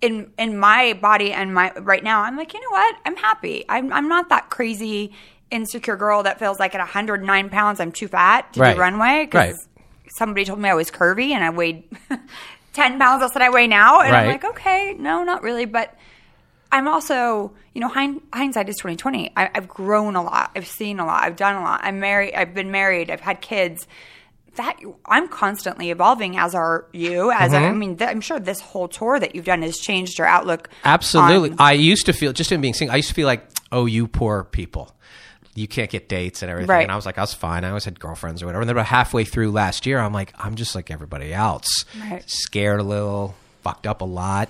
Speaker 1: in in my body and my right now, I'm like, you know what? I'm happy. I'm I'm not that crazy insecure girl that feels like at 109 pounds I'm too fat to
Speaker 5: Right.
Speaker 1: do runway. 'cause
Speaker 5: Right.
Speaker 1: Somebody told me I was curvy and I weighed 10 pounds less than I weigh now, and I'm
Speaker 5: Right.
Speaker 1: like, okay, no, not really, but. I'm also, you know, hind, hindsight is twenty twenty. I've grown a lot. I've seen a lot. I've done a lot. I'm married. I've been married. I've had kids. that I'm constantly evolving, as are you. As
Speaker 5: Mm-hmm.
Speaker 1: I mean, th- I'm sure this whole tour that you've done has changed your outlook.
Speaker 5: Absolutely.
Speaker 1: on-
Speaker 5: I used to feel just in being single. I used to feel like, oh, you poor people, you can't get dates and everything.
Speaker 1: Right.
Speaker 5: And I was like, I was fine. I always had girlfriends or whatever. And then about halfway through last year, I'm like, I'm just like everybody else,
Speaker 1: Right.
Speaker 5: scared a little, fucked up a lot.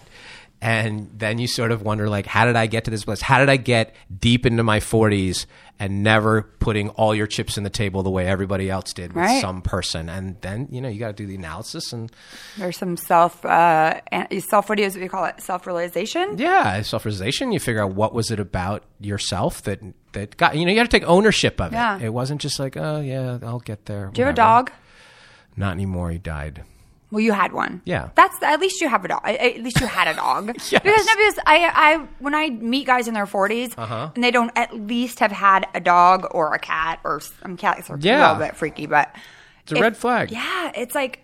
Speaker 5: And then you sort of wonder, like, how did I get to this place? How did I get deep into my 40s and never putting all your chips in the table the way everybody else did with
Speaker 1: Right.
Speaker 5: some person? And then, you know, you got to do the analysis and
Speaker 1: there's some self uh, an- self what do you what do you call it self realization.
Speaker 5: Yeah, self realization. You figure out what was it about yourself that that got you know you got to take ownership of
Speaker 1: Yeah.
Speaker 5: it. It wasn't just like oh yeah I'll get there.
Speaker 1: Do you have a dog?
Speaker 5: Not anymore. He died.
Speaker 1: Well, you had one.
Speaker 5: Yeah.
Speaker 1: That's at least you have a dog. At least you had a dog.
Speaker 5: Yes.
Speaker 1: Because no, because I, I when I meet guys in their 40s
Speaker 5: Uh-huh.
Speaker 1: and they don't at least have had a dog or a cat or s- um, cats are a
Speaker 5: Yeah.
Speaker 1: little bit freaky, but
Speaker 5: It's a red flag.
Speaker 1: Yeah, it's like,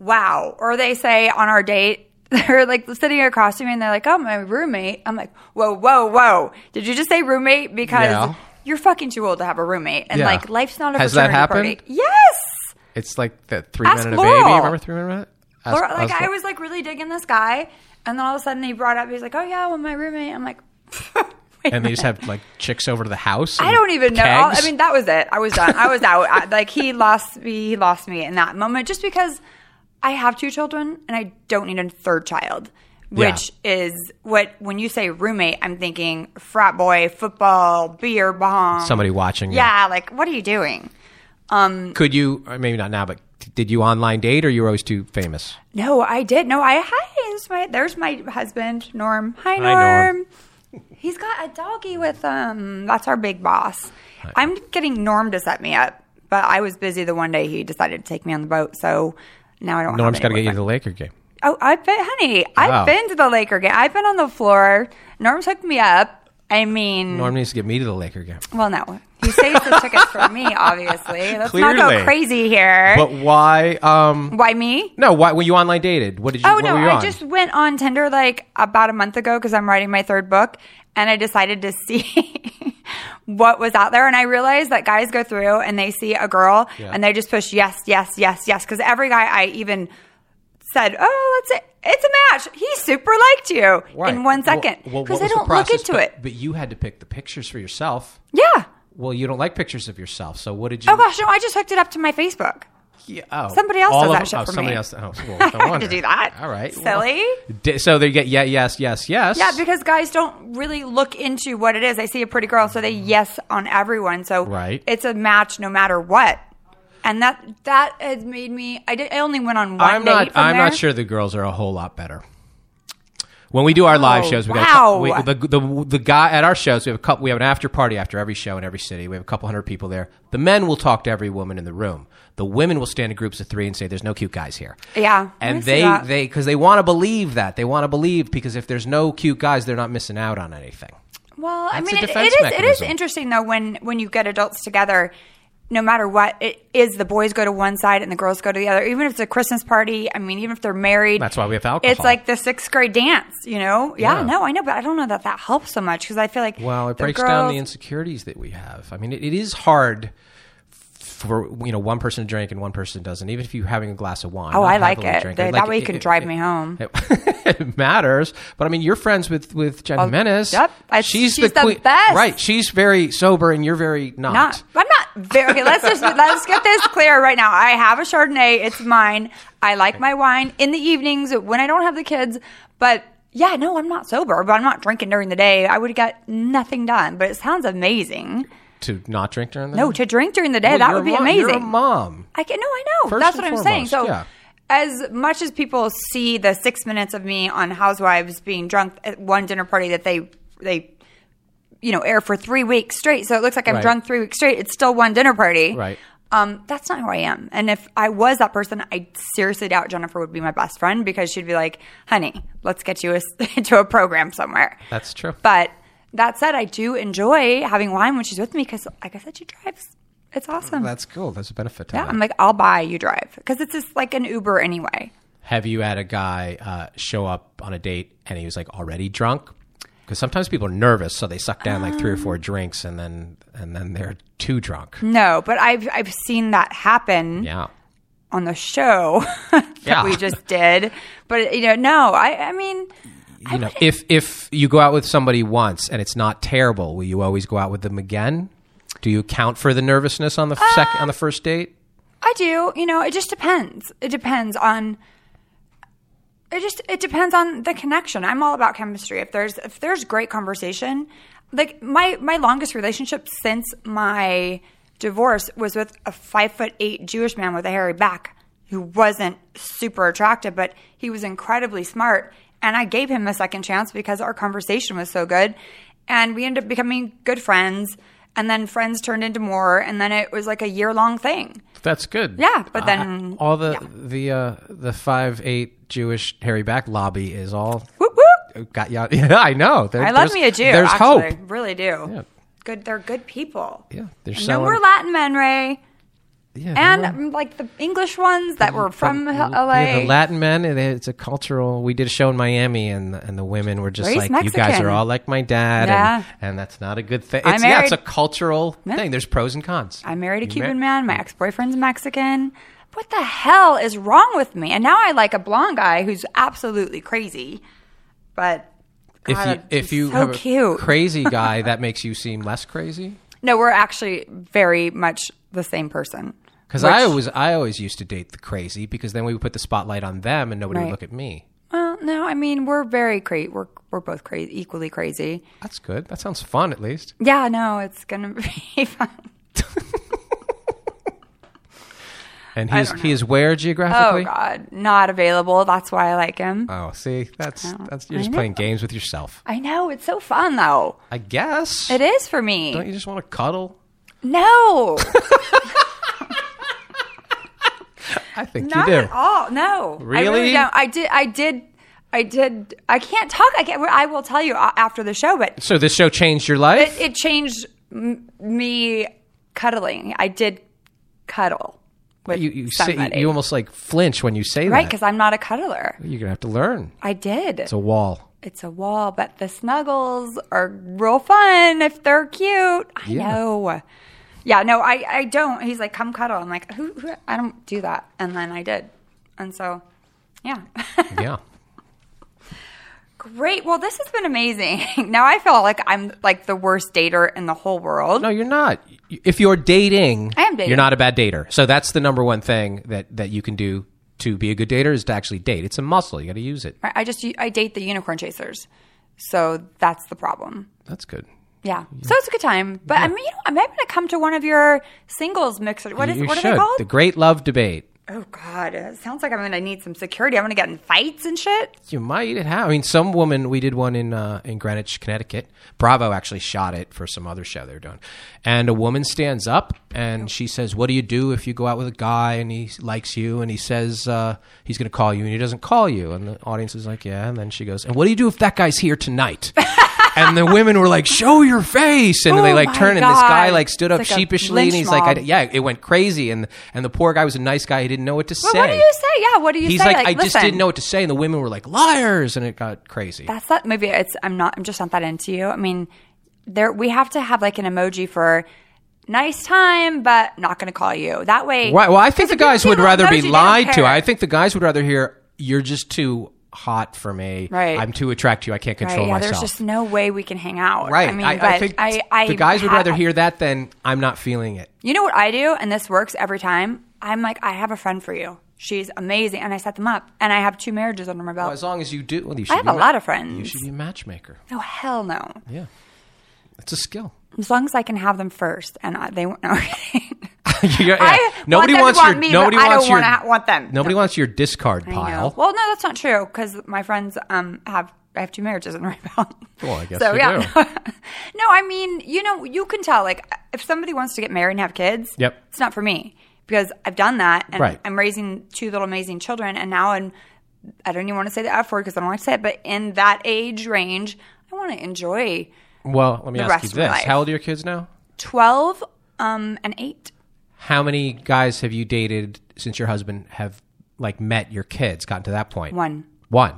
Speaker 1: wow. Or they say on our date, they're like sitting across from me and they're like, oh, my roommate. I'm like, whoa, whoa, whoa. Did you just say roommate? Because
Speaker 5: Yeah.
Speaker 1: you're fucking too old to have a roommate. And
Speaker 5: Yeah.
Speaker 1: like, life's not a
Speaker 5: Has that
Speaker 1: fraternity party.
Speaker 5: happened?
Speaker 1: Yes.
Speaker 5: It's like that three
Speaker 1: Ask
Speaker 5: minute
Speaker 1: Laurel.
Speaker 5: baby. Remember three minute? Ask-
Speaker 1: Or like,
Speaker 5: ask-
Speaker 1: I was like really digging this guy. And then all of a sudden they brought up, he's like, oh, yeah, well, my roommate. I'm like, wait.
Speaker 5: And they just have like chicks over to the house.
Speaker 1: I
Speaker 5: and
Speaker 1: don't even know. All- I
Speaker 5: kegs.
Speaker 1: mean, that was it. I was done. I was out. I, like he lost me. He lost me in that moment, just because I have two children and I don't need a third child. Which is what when you say roommate, I'm thinking frat boy, football, beer bong.
Speaker 5: somebody watching. you.
Speaker 1: Yeah, like what are you doing?
Speaker 5: Could you? Or maybe not now, but did you online date or you were always too famous?
Speaker 1: No, I did. No, I hi. There's my there's my husband, Norm. Hi, Norm.
Speaker 5: Norm.
Speaker 1: He's got a doggy with um. That's our big boss. I'm getting Norm to set me up, but I was busy the one day he decided to take me on the boat, so now I don't.
Speaker 5: Norm's
Speaker 1: got
Speaker 5: got to get you to the Laker game.
Speaker 1: Oh, I've been, honey.
Speaker 5: Wow.
Speaker 1: I've been to the Laker game. I've been on the floor. Norm's hooked me up. I mean,
Speaker 5: Norm needs to get me to the Laker game.
Speaker 1: well, no, he saves the tickets for me, obviously. Let's not
Speaker 5: Clearly.
Speaker 1: go crazy here.
Speaker 5: But why? Um,
Speaker 1: Why me?
Speaker 5: no, why when you online dated? What did you?
Speaker 1: Oh
Speaker 5: what
Speaker 1: no,
Speaker 5: were you
Speaker 1: I
Speaker 5: on?
Speaker 1: just went on Tinder like about a month ago because I'm writing my third book, and I decided to see what was out there, and I realized that guys go through and they see a girl and they just push yes, yes, yes, yes because every guy I even said, oh, let's it's a match. He super liked you
Speaker 5: Right.
Speaker 1: in one second because
Speaker 5: Well- well, what
Speaker 1: they
Speaker 5: was the
Speaker 1: don't look
Speaker 5: process?
Speaker 1: into
Speaker 5: But-
Speaker 1: it.
Speaker 5: But you had to pick the pictures for yourself.
Speaker 1: Yeah.
Speaker 5: Well, you don't like pictures of yourself, so what did you?
Speaker 1: Oh gosh, no, I just hooked it up to my Facebook.
Speaker 5: Yeah, oh.
Speaker 1: somebody else
Speaker 5: All
Speaker 1: does
Speaker 5: of
Speaker 1: that
Speaker 5: them-
Speaker 1: shit
Speaker 5: oh,
Speaker 1: for
Speaker 5: somebody
Speaker 1: me.
Speaker 5: else. Oh, well,
Speaker 1: I
Speaker 5: no
Speaker 1: had
Speaker 5: wonder.
Speaker 1: to do that.
Speaker 5: All right, well.
Speaker 1: silly.
Speaker 5: D- so they get yeah, yes, yes, yes.
Speaker 1: Yeah, because guys don't really look into what it is. They see a pretty girl, so they yes on everyone. So
Speaker 5: Mm-hmm. Right.
Speaker 1: it's a match no matter what. And that that has made me. I did. I only went on one
Speaker 5: I'm
Speaker 1: date.
Speaker 5: not.
Speaker 1: from
Speaker 5: I'm not
Speaker 1: there.
Speaker 5: sure the girls are a whole lot better. When we do our live
Speaker 1: Oh,
Speaker 5: shows, we
Speaker 1: wow.
Speaker 5: got we, the, the the guy at our shows. We have a couple. We have an after party after every show in every city. We have a couple hundred people there. The men will talk to every woman in the room. The women will stand in groups of three and say, "There's no cute guys here."
Speaker 1: Yeah, I
Speaker 5: and
Speaker 1: see
Speaker 5: they
Speaker 1: that.
Speaker 5: they because they want to believe that they want to believe because if there's no cute guys, they're not missing out on anything.
Speaker 1: Well, I
Speaker 5: That's
Speaker 1: mean, it,
Speaker 5: a
Speaker 1: it
Speaker 5: defense
Speaker 1: is it is
Speaker 5: mechanism.
Speaker 1: interesting though when when you get adults together. No matter what it is, the boys go to one side and the girls go to the other. Even if it's a Christmas party, I mean, even if they're married,
Speaker 5: That's why we have alcohol.
Speaker 1: It's like the sixth grade dance, you know? Yeah,
Speaker 5: Yeah.
Speaker 1: no, I know, but I don't know that that helps so much because I feel like
Speaker 5: Well, it
Speaker 1: the
Speaker 5: breaks down the
Speaker 1: girls-
Speaker 5: insecurities that we have. I mean, it, it is hard for you know one person to drink and one person doesn't. Even if you're having a glass of wine.
Speaker 1: Oh,
Speaker 5: not
Speaker 1: I like
Speaker 5: heavily
Speaker 1: it.
Speaker 5: drink,
Speaker 1: That- that way you can drive me home.
Speaker 5: It, it matters, but I mean, you're friends with with Jen Menes.
Speaker 1: yep. I-
Speaker 5: she's,
Speaker 1: she's the
Speaker 5: queen-
Speaker 1: best.
Speaker 5: right? She's very sober, and you're very not.
Speaker 1: Not, Ah, I'm not very. Okay, let's just let's get this clear right now. I have a Chardonnay. It's mine. I like my wine in the evenings when I don't have the kids. But yeah, no, I'm not sober, but I'm not drinking during the day. I would have got nothing done. But it sounds amazing.
Speaker 5: to not drink during the
Speaker 1: No, to drink during the day
Speaker 5: Well,
Speaker 1: that
Speaker 5: you're
Speaker 1: would
Speaker 5: a
Speaker 1: be
Speaker 5: mom-
Speaker 1: amazing.
Speaker 5: You're a mom.
Speaker 1: I can, no, I know.
Speaker 5: First
Speaker 1: That's what
Speaker 5: and
Speaker 1: I'm saying. So,
Speaker 5: foremost, yeah.
Speaker 1: as much as people see the six minutes of me on Housewives being drunk at one dinner party that they they you know air for three weeks straight, so it looks like I'm
Speaker 5: Right.
Speaker 1: drunk three weeks straight. It's still one dinner party,
Speaker 5: Right.
Speaker 1: Um, that's not who I am. And if I was that person, I seriously doubt Jennifer would be my best friend because she'd be like, "Honey, let's get you a, to a program somewhere."
Speaker 5: That's true.
Speaker 1: But that said, I do enjoy having wine when she's with me because, like I said, she drives. It's awesome.
Speaker 5: That's cool. There's a benefit to
Speaker 1: Yeah,
Speaker 5: that.
Speaker 1: I'm like, I'll buy, you drive. Because it's just like an Uber anyway.
Speaker 5: Have you had a guy uh, show up on a date and he was like already drunk? Because sometimes people are nervous, so they suck down like three or
Speaker 1: Ah.
Speaker 5: four
Speaker 1: Hmm.
Speaker 5: drinks and then and then they're too drunk.
Speaker 1: No, but I've I've seen that happen.
Speaker 5: Yeah.
Speaker 1: on the show that
Speaker 5: Yeah.
Speaker 1: we just did. But you know, no, I I mean,
Speaker 5: You know, if if you go out with somebody once and it's not terrible, will you always go out with them again? Do you count for the nervousness on the second
Speaker 1: Uh,
Speaker 5: on the first date?
Speaker 1: I do. You know, it just depends. It depends on. It just it depends on the connection. I'm all about chemistry. If there's if there's great conversation, like my my longest relationship since my divorce was with a five foot eight Jewish man with a hairy back who wasn't super attractive, but he was incredibly smart. And I gave him a second chance because our conversation was so good. And we ended up becoming good friends. And then friends turned into more. And then it was like a year long thing.
Speaker 5: That's good.
Speaker 1: Yeah, but
Speaker 5: I-
Speaker 1: then-
Speaker 5: all the the uh, the five eight Jewish hairy back lobby is all
Speaker 1: Whoop, whoop.
Speaker 5: got you. out- Yeah, I know. There-
Speaker 1: I love
Speaker 5: there's-
Speaker 1: me a Jew.
Speaker 5: There's
Speaker 1: actually.
Speaker 5: hope.
Speaker 1: Really do.
Speaker 5: Yeah.
Speaker 1: Good. They're good people.
Speaker 5: Yeah, they're
Speaker 1: And
Speaker 5: selling.
Speaker 1: No more Latin men, Ray,
Speaker 5: yeah,
Speaker 1: and
Speaker 5: no more-
Speaker 1: um, like the English ones that were from
Speaker 5: But,
Speaker 1: H-
Speaker 5: yeah,
Speaker 1: LA.
Speaker 5: the Latin men. It, it's a cultural. We did a show in Miami, and and the women were just
Speaker 1: Race
Speaker 5: like, "You guys
Speaker 1: Mexican."
Speaker 5: are all like my dad,"
Speaker 1: Yeah.
Speaker 5: and, and that's not a good thing.
Speaker 1: I
Speaker 5: It's, yeah, it's a
Speaker 1: married-
Speaker 5: cultural thing. There's pros and cons.
Speaker 1: I married a
Speaker 5: You
Speaker 1: Cuban
Speaker 5: mar-
Speaker 1: man. My ex boyfriend's Mexican. What the hell is wrong with me? And now I like a blonde guy who's absolutely crazy, but
Speaker 5: If
Speaker 1: God,
Speaker 5: you if
Speaker 1: he's
Speaker 5: you
Speaker 1: so
Speaker 5: have a
Speaker 1: cute.
Speaker 5: crazy guy, that makes you seem less crazy.
Speaker 1: no, we're actually very much the same person.
Speaker 5: Because
Speaker 1: Which-
Speaker 5: I always I always used to date the crazy because then we would put the spotlight on them and nobody
Speaker 1: Right.
Speaker 5: would look at me.
Speaker 1: Well, no, I mean we're very crazy. We're we're both crazy, equally crazy.
Speaker 5: That's good. That sounds fun at least.
Speaker 1: Yeah, no, it's gonna be fun.
Speaker 5: And he's he is where
Speaker 1: Oh
Speaker 5: geographically?
Speaker 1: God, not available. That's why I like him.
Speaker 5: Oh, see, that's that's you're
Speaker 1: I
Speaker 5: just
Speaker 1: know.
Speaker 5: playing games with yourself.
Speaker 1: I know it's so fun though.
Speaker 5: I guess.
Speaker 1: It is for me.
Speaker 5: Don't you just want to cuddle?
Speaker 1: no,
Speaker 5: I think
Speaker 1: not
Speaker 5: you do.
Speaker 1: at all. No, I
Speaker 5: Really?
Speaker 1: really don't. I did. I did. I did. I can't talk. I can't. I will tell you a- after the show, but
Speaker 5: So this show changed your life?
Speaker 1: it, it changed m- me cuddling. I did cuddle with
Speaker 5: you you, say, you
Speaker 1: somebody,
Speaker 5: you almost like flinch when you say
Speaker 1: right?
Speaker 5: that.
Speaker 1: Because I'm not a cuddler.
Speaker 5: You're gonna have to learn.
Speaker 1: I did.
Speaker 5: It's a wall.
Speaker 1: it's a wall, but the snuggles are real fun if they're cute. I
Speaker 5: Yeah.
Speaker 1: know. Yeah, no, I, I don't. He's like, come cuddle. I'm like, who, who? I don't do that. And then I did. And so, yeah.
Speaker 5: Yeah.
Speaker 1: Great. Well, this has been amazing. now I feel like I'm like the worst dater in the whole world.
Speaker 5: No, you're not. If you're dating,
Speaker 1: I am dating.
Speaker 5: you're not a bad dater. So that's the number one thing that that you can do to be a good dater is to actually date. It's a muscle. You got to use it.
Speaker 1: Right? I just, I date the unicorn chasers. So that's the problem.
Speaker 5: That's good.
Speaker 1: Yeah. So it's a good time. But I mean, you know, I'm going to come to one of your singles mixers. What is,
Speaker 5: you
Speaker 1: what
Speaker 5: should.
Speaker 1: are they called?
Speaker 5: The Great Love Debate.
Speaker 1: Oh God, it sounds like I'm gonna need some security. I'm gonna get in fights and shit.
Speaker 5: You might have. I mean, some woman. We did one in uh, in Greenwich, Connecticut. Bravo actually shot it for some other show they were doing. And a woman stands up and she says, "What do you do if you go out with a guy and he likes you and he says uh, he's going to call you and he doesn't call you?" And the audience is like, "Yeah." And then she goes, "And what do you do if that guy's here tonight?" and the women were like, "Show your face!" And they
Speaker 1: Oh
Speaker 5: like
Speaker 1: my
Speaker 5: turn, and this guy
Speaker 1: God.
Speaker 5: like stood up
Speaker 1: It's like a
Speaker 5: sheepishly, and
Speaker 1: lynch
Speaker 5: he's like, I,
Speaker 1: mob.
Speaker 5: "Yeah." It went crazy, and and the poor guy was a nice guy. He didn't know what to
Speaker 1: Well,
Speaker 5: say
Speaker 1: what do you say? Yeah, what do you
Speaker 5: he's
Speaker 1: say?
Speaker 5: like, I just
Speaker 1: listen,
Speaker 5: didn't know what to say, and the women were like, liars, and it got crazy.
Speaker 1: That's that. Maybe it's. I'm not. I'm just not that into you. I mean, there. We have to have like an emoji for nice time, but not gonna call you. That way.
Speaker 5: Why- well, I think the guys
Speaker 1: people
Speaker 5: would
Speaker 1: don't
Speaker 5: rather
Speaker 1: notice
Speaker 5: be
Speaker 1: you, they don't
Speaker 5: lied to.
Speaker 1: care.
Speaker 5: I think the guys would rather hear, "You're just too hot for me.
Speaker 1: Right.
Speaker 5: I'm too attracted to you. I can't
Speaker 1: Right,
Speaker 5: control
Speaker 1: yeah,
Speaker 5: myself."
Speaker 1: there's just no way we can hang out.
Speaker 5: right.
Speaker 1: I mean, but I,
Speaker 5: think
Speaker 1: I, I
Speaker 5: the guys would
Speaker 1: ha-
Speaker 5: rather hear that than "I'm not feeling it."
Speaker 1: You know what I do, and this works every time. I'm like, I have a friend for you. She's amazing, and I set them up, and I have two marriages under my belt.
Speaker 5: Well, as long as you do, well, you should
Speaker 1: I have
Speaker 5: be
Speaker 1: a
Speaker 5: ma-
Speaker 1: lot of friends.
Speaker 5: You should be a matchmaker.
Speaker 1: No, hell no.
Speaker 5: Yeah, it's a skill.
Speaker 1: As long as I can have them first, and I, they won't know.
Speaker 5: Yeah,
Speaker 1: I
Speaker 5: yeah. nobody
Speaker 1: want them to
Speaker 5: wants
Speaker 1: want
Speaker 5: your
Speaker 1: me, but
Speaker 5: nobody
Speaker 1: I don't
Speaker 5: wants your
Speaker 1: wanna want them.
Speaker 5: Nobody wants your discard pile.
Speaker 1: Well, no, that's not true because my friends um have I have two marriages in my belt.
Speaker 5: Well, I guess
Speaker 1: so.
Speaker 5: you
Speaker 1: yeah.
Speaker 5: do.
Speaker 1: no, I mean, you know, you can tell. Like, if somebody wants to get married and have kids,
Speaker 5: Yep.
Speaker 1: it's not for me because I've done that, and
Speaker 5: Right.
Speaker 1: I'm raising two little amazing children, and now and I don't even want to say the F word because I don't like to say it, but in that age range, I want to enjoy
Speaker 5: Well, let me
Speaker 1: The
Speaker 5: ask
Speaker 1: rest
Speaker 5: you
Speaker 1: of my
Speaker 5: this:
Speaker 1: life.
Speaker 5: How old are your kids now?
Speaker 1: twelve um and eight.
Speaker 5: how many guys have you dated since your husband have like met your kids gotten to that point
Speaker 1: One.
Speaker 5: one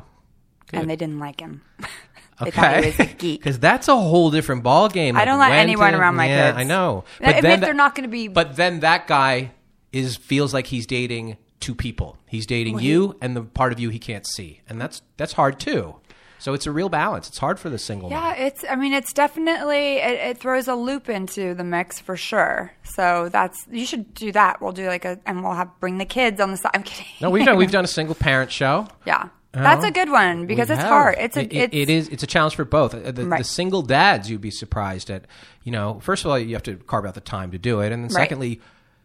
Speaker 1: And they didn't like him. they thought he was a
Speaker 5: okay
Speaker 1: geek.
Speaker 5: because that's a whole different ball game
Speaker 1: I don't let anyone around my
Speaker 5: yeah,
Speaker 1: kids.
Speaker 5: i know
Speaker 1: If- if
Speaker 5: tha-
Speaker 1: they're not gonna be-
Speaker 5: but then that guy is feels like he's dating two people. He's dating you and the part of you he can't see, and that's that's hard too. So it's a real balance. It's hard for the single.
Speaker 1: Yeah,
Speaker 5: man.
Speaker 1: it's. I mean, it's definitely. It, it throws a loop into the mix for sure. So that's. You should do that. We'll do like a, and we'll have bring the kids on the side. I'm kidding.
Speaker 5: No, we've done we've done a single parent show.
Speaker 1: Yeah, that's a good one because
Speaker 5: We
Speaker 1: it's
Speaker 5: have.
Speaker 1: hard. It's a.
Speaker 5: It- it-
Speaker 1: it's,
Speaker 5: it is it's a challenge for both. Uh, The, the
Speaker 1: Right.
Speaker 5: single dads, you'd be surprised at. You know, first of all, you have to carve out the time to do it, and then
Speaker 1: Right.
Speaker 5: secondly,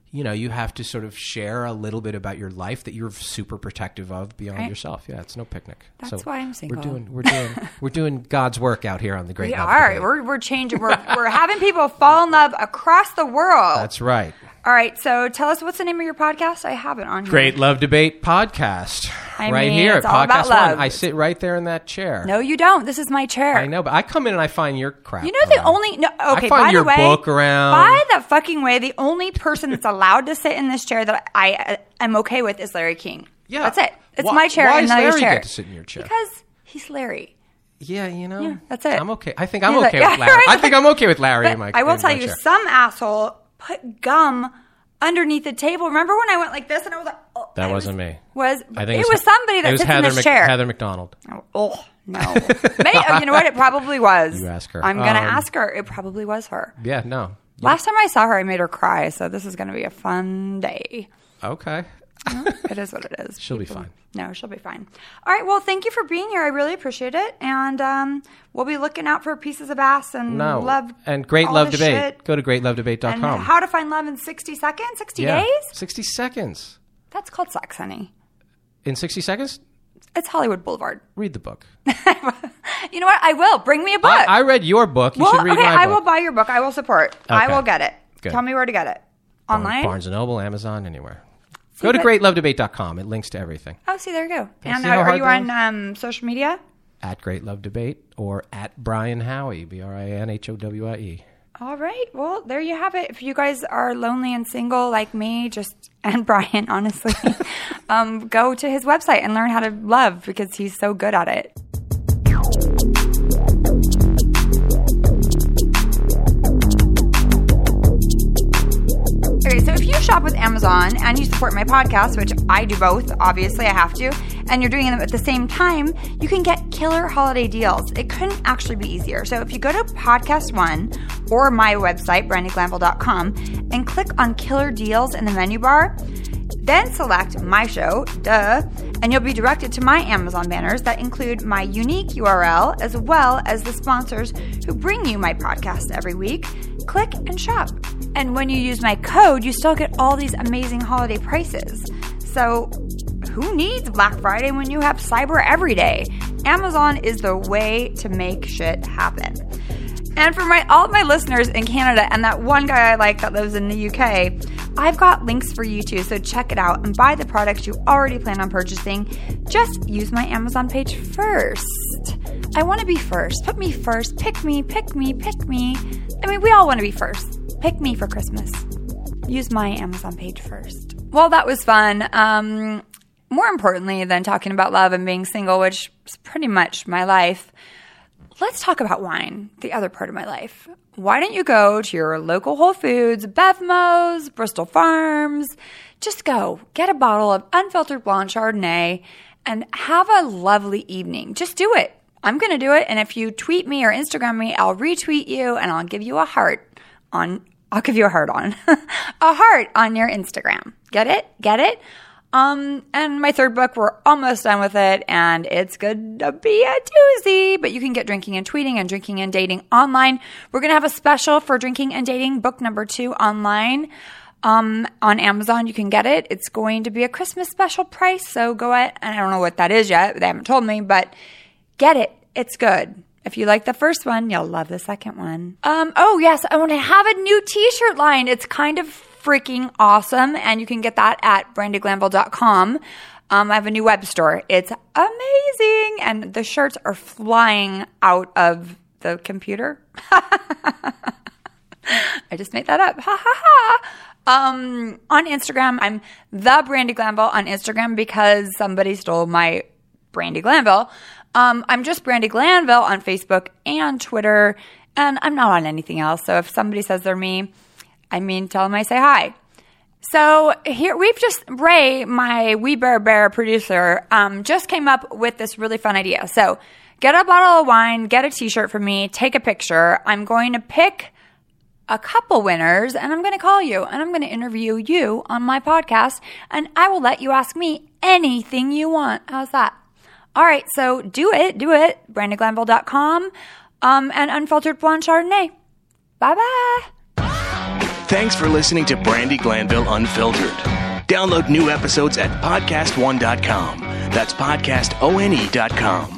Speaker 5: you know, you have to sort of share a little bit about your life that you're super protective of beyond
Speaker 1: Right.
Speaker 5: yourself. Yeah, it's no picnic.
Speaker 1: That's why I'm single.
Speaker 5: We're doing we're doing we're doing God's work out here on the Great.
Speaker 1: We
Speaker 5: Love
Speaker 1: are.
Speaker 5: Debate.
Speaker 1: We're, we're changing. We're, we're having people fall in love across the world.
Speaker 5: That's right.
Speaker 1: All right. So tell us what's the name of your podcast? I have it on here.
Speaker 5: Great Love Debate podcast.
Speaker 1: I
Speaker 5: right
Speaker 1: mean,
Speaker 5: here
Speaker 1: it's
Speaker 5: at
Speaker 1: all about
Speaker 5: Podcast
Speaker 1: love.
Speaker 5: One. I sit right there in that chair.
Speaker 1: No, you don't. This is my chair.
Speaker 5: I know, but I come in and I find your crap.
Speaker 1: You know the
Speaker 5: around.
Speaker 1: only no okay.
Speaker 5: I find
Speaker 1: by
Speaker 5: your
Speaker 1: the way,
Speaker 5: book around.
Speaker 1: By the fucking way, the only person that's allowed to sit in this chair that I uh, am okay with is Larry King.
Speaker 5: Yeah.
Speaker 1: that's it. It's
Speaker 5: Why-
Speaker 1: my chair
Speaker 5: why
Speaker 1: and
Speaker 5: does
Speaker 1: not your
Speaker 5: Larry
Speaker 1: chair.
Speaker 5: get to sit in your chair?
Speaker 1: because he's Larry.
Speaker 5: Yeah, you know.
Speaker 1: that's it.
Speaker 5: I'm okay. I think I'm
Speaker 1: He's like-
Speaker 5: okay
Speaker 1: yeah,
Speaker 5: with Larry.
Speaker 1: right?
Speaker 5: I think I'm okay with Larry. in my,
Speaker 1: But I will
Speaker 5: in
Speaker 1: tell
Speaker 5: my
Speaker 1: you,
Speaker 5: chair.
Speaker 1: some asshole put gum underneath the table. Remember when I went like this and I was like, oh,
Speaker 5: That
Speaker 1: I
Speaker 5: wasn't me.
Speaker 1: Was
Speaker 5: I think
Speaker 1: it was somebody
Speaker 5: it
Speaker 1: that
Speaker 5: was
Speaker 1: sits in
Speaker 5: Heather
Speaker 1: this
Speaker 5: Mc-
Speaker 1: chair?
Speaker 5: Heather McDonald.
Speaker 1: Oh no! May- oh, you know what? It probably was.
Speaker 5: You ask her.
Speaker 1: I'm gonna
Speaker 5: Um,
Speaker 1: ask her. It probably was her.
Speaker 5: Yeah, no.
Speaker 1: Last time I saw her, I made her cry. So this is gonna be a fun day.
Speaker 5: Okay.
Speaker 1: It is what it is.
Speaker 5: She'll be fine.
Speaker 1: No, she'll be fine. All right. Well, thank you for being here. I really appreciate it, and um, we'll be looking out for pieces of ass and
Speaker 5: No.
Speaker 1: love
Speaker 5: and great
Speaker 1: all
Speaker 5: love
Speaker 1: this
Speaker 5: debate.
Speaker 1: shit.
Speaker 5: Go to greatlovedebate.com.
Speaker 1: and how to find love in 60 seconds, 60
Speaker 5: yeah.
Speaker 1: days.
Speaker 5: 60 seconds.
Speaker 1: That's called sex, honey.
Speaker 5: In 60 seconds,
Speaker 1: It's Hollywood Boulevard.
Speaker 5: read the book.
Speaker 1: You know what? I will bring me a book.
Speaker 5: I, I read your book. You
Speaker 1: well,
Speaker 5: should read
Speaker 1: okay.
Speaker 5: my book.
Speaker 1: I will buy your book. I will support. I
Speaker 5: Okay.
Speaker 1: will get it.
Speaker 5: Good.
Speaker 1: Tell me where to get it.
Speaker 5: Barnes-
Speaker 1: Online.
Speaker 5: Barnes and Noble, Amazon, anywhere. Go to
Speaker 1: but-
Speaker 5: greatlovedebate.com. It links to everything.
Speaker 1: Oh, see, there you go. And
Speaker 5: see
Speaker 1: uh,
Speaker 5: how
Speaker 1: are
Speaker 5: hard
Speaker 1: you
Speaker 5: that
Speaker 1: on
Speaker 5: was?
Speaker 1: um, social media?
Speaker 5: At Great Love Debate or at Brian Howie, B R I N H O W I E.
Speaker 1: All right. Well, there you have it. If you guys are lonely and single like me, just and Brian, honestly, um, go to his website and learn how to love because he's so good at it. Okay, so if you shop with Amazon and you support my podcast, which I do both, obviously I have to, and you're doing them at the same time, you can get killer holiday deals. It couldn't actually be easier. So if you go to Podcast One or my website, brandyglamble.com, and click on Killer Deals in the menu bar, then select My Show, duh, and you'll be directed to my Amazon banners that include my unique URL as well as the sponsors who bring you my podcast every week. Click and shop. And when you use my code, you still get all these amazing holiday prices. So, who needs Black Friday when you have cyber every day? Amazon is the way to make shit happen. And for my all of my listeners in Canada and that one guy I like that lives in the UK, I've got links for you too, so check it out and buy the products you already plan on purchasing. Just use my Amazon page first. I want to be first. Put me first. Pick me, pick me, pick me. I mean, we all want to be first. Pick me for Christmas. Use my Amazon page first. Well, that was fun. Um, more importantly than talking about love and being single, which is pretty much my life, Let's talk about wine, the other part of my life. Why don't you go to your local Whole Foods, Bevmo's, Bristol Farms? Just go get a bottle of unfiltered blonde Chardonnay and have a lovely evening. Just do it. I'm going to do it. And if you tweet me or Instagram me, I'll retweet you and I'll give you a heart on, I'll give you a heart on, a heart on your Instagram. Get it? Get it? Um, and my third book, we're almost done with it, and it's good to be a doozy. But you can get drinking and tweeting and drinking and dating online. We're gonna have a special for drinking and dating book number two online. Um, on Amazon, you can get it. It's going to be a Christmas special price, so go at and I don't know what that is yet. They haven't told me, but get it. It's good. If you like the first one, you'll love the second one. Um, oh yes, I want to have a new t-shirt line. It's kind of freaking awesome and you can get that at brandyglanville.com. Um, I have a new web store. It's amazing and the shirts are flying out of the computer. I just made that up. Ha ha ha. Um, on Instagram, I'm the Brandy Glanville on Instagram because somebody stole my Brandy Glanville. Um, I'm just Brandy Glanville on Facebook and Twitter, and I'm not on anything else. So if somebody says they're me, I mean, tell them I say hi. So here we've just Ray, my wee bear bear producer, um, just came up with this really fun idea. So get a bottle of wine, get a T-shirt for me, take a picture. I'm going to pick a couple winners, and I'm going to call you, and I'm going to interview you on my podcast, and I will let you ask me anything you want. How's that? All right, so do it, do it. BrandonGlanville.com um, and Unfiltered Blonde Chardonnay. Bye bye.
Speaker 4: Thanks for listening to Brandy Glanville Unfiltered. E Download new episodes at podcast1.com. That's podcastone.com.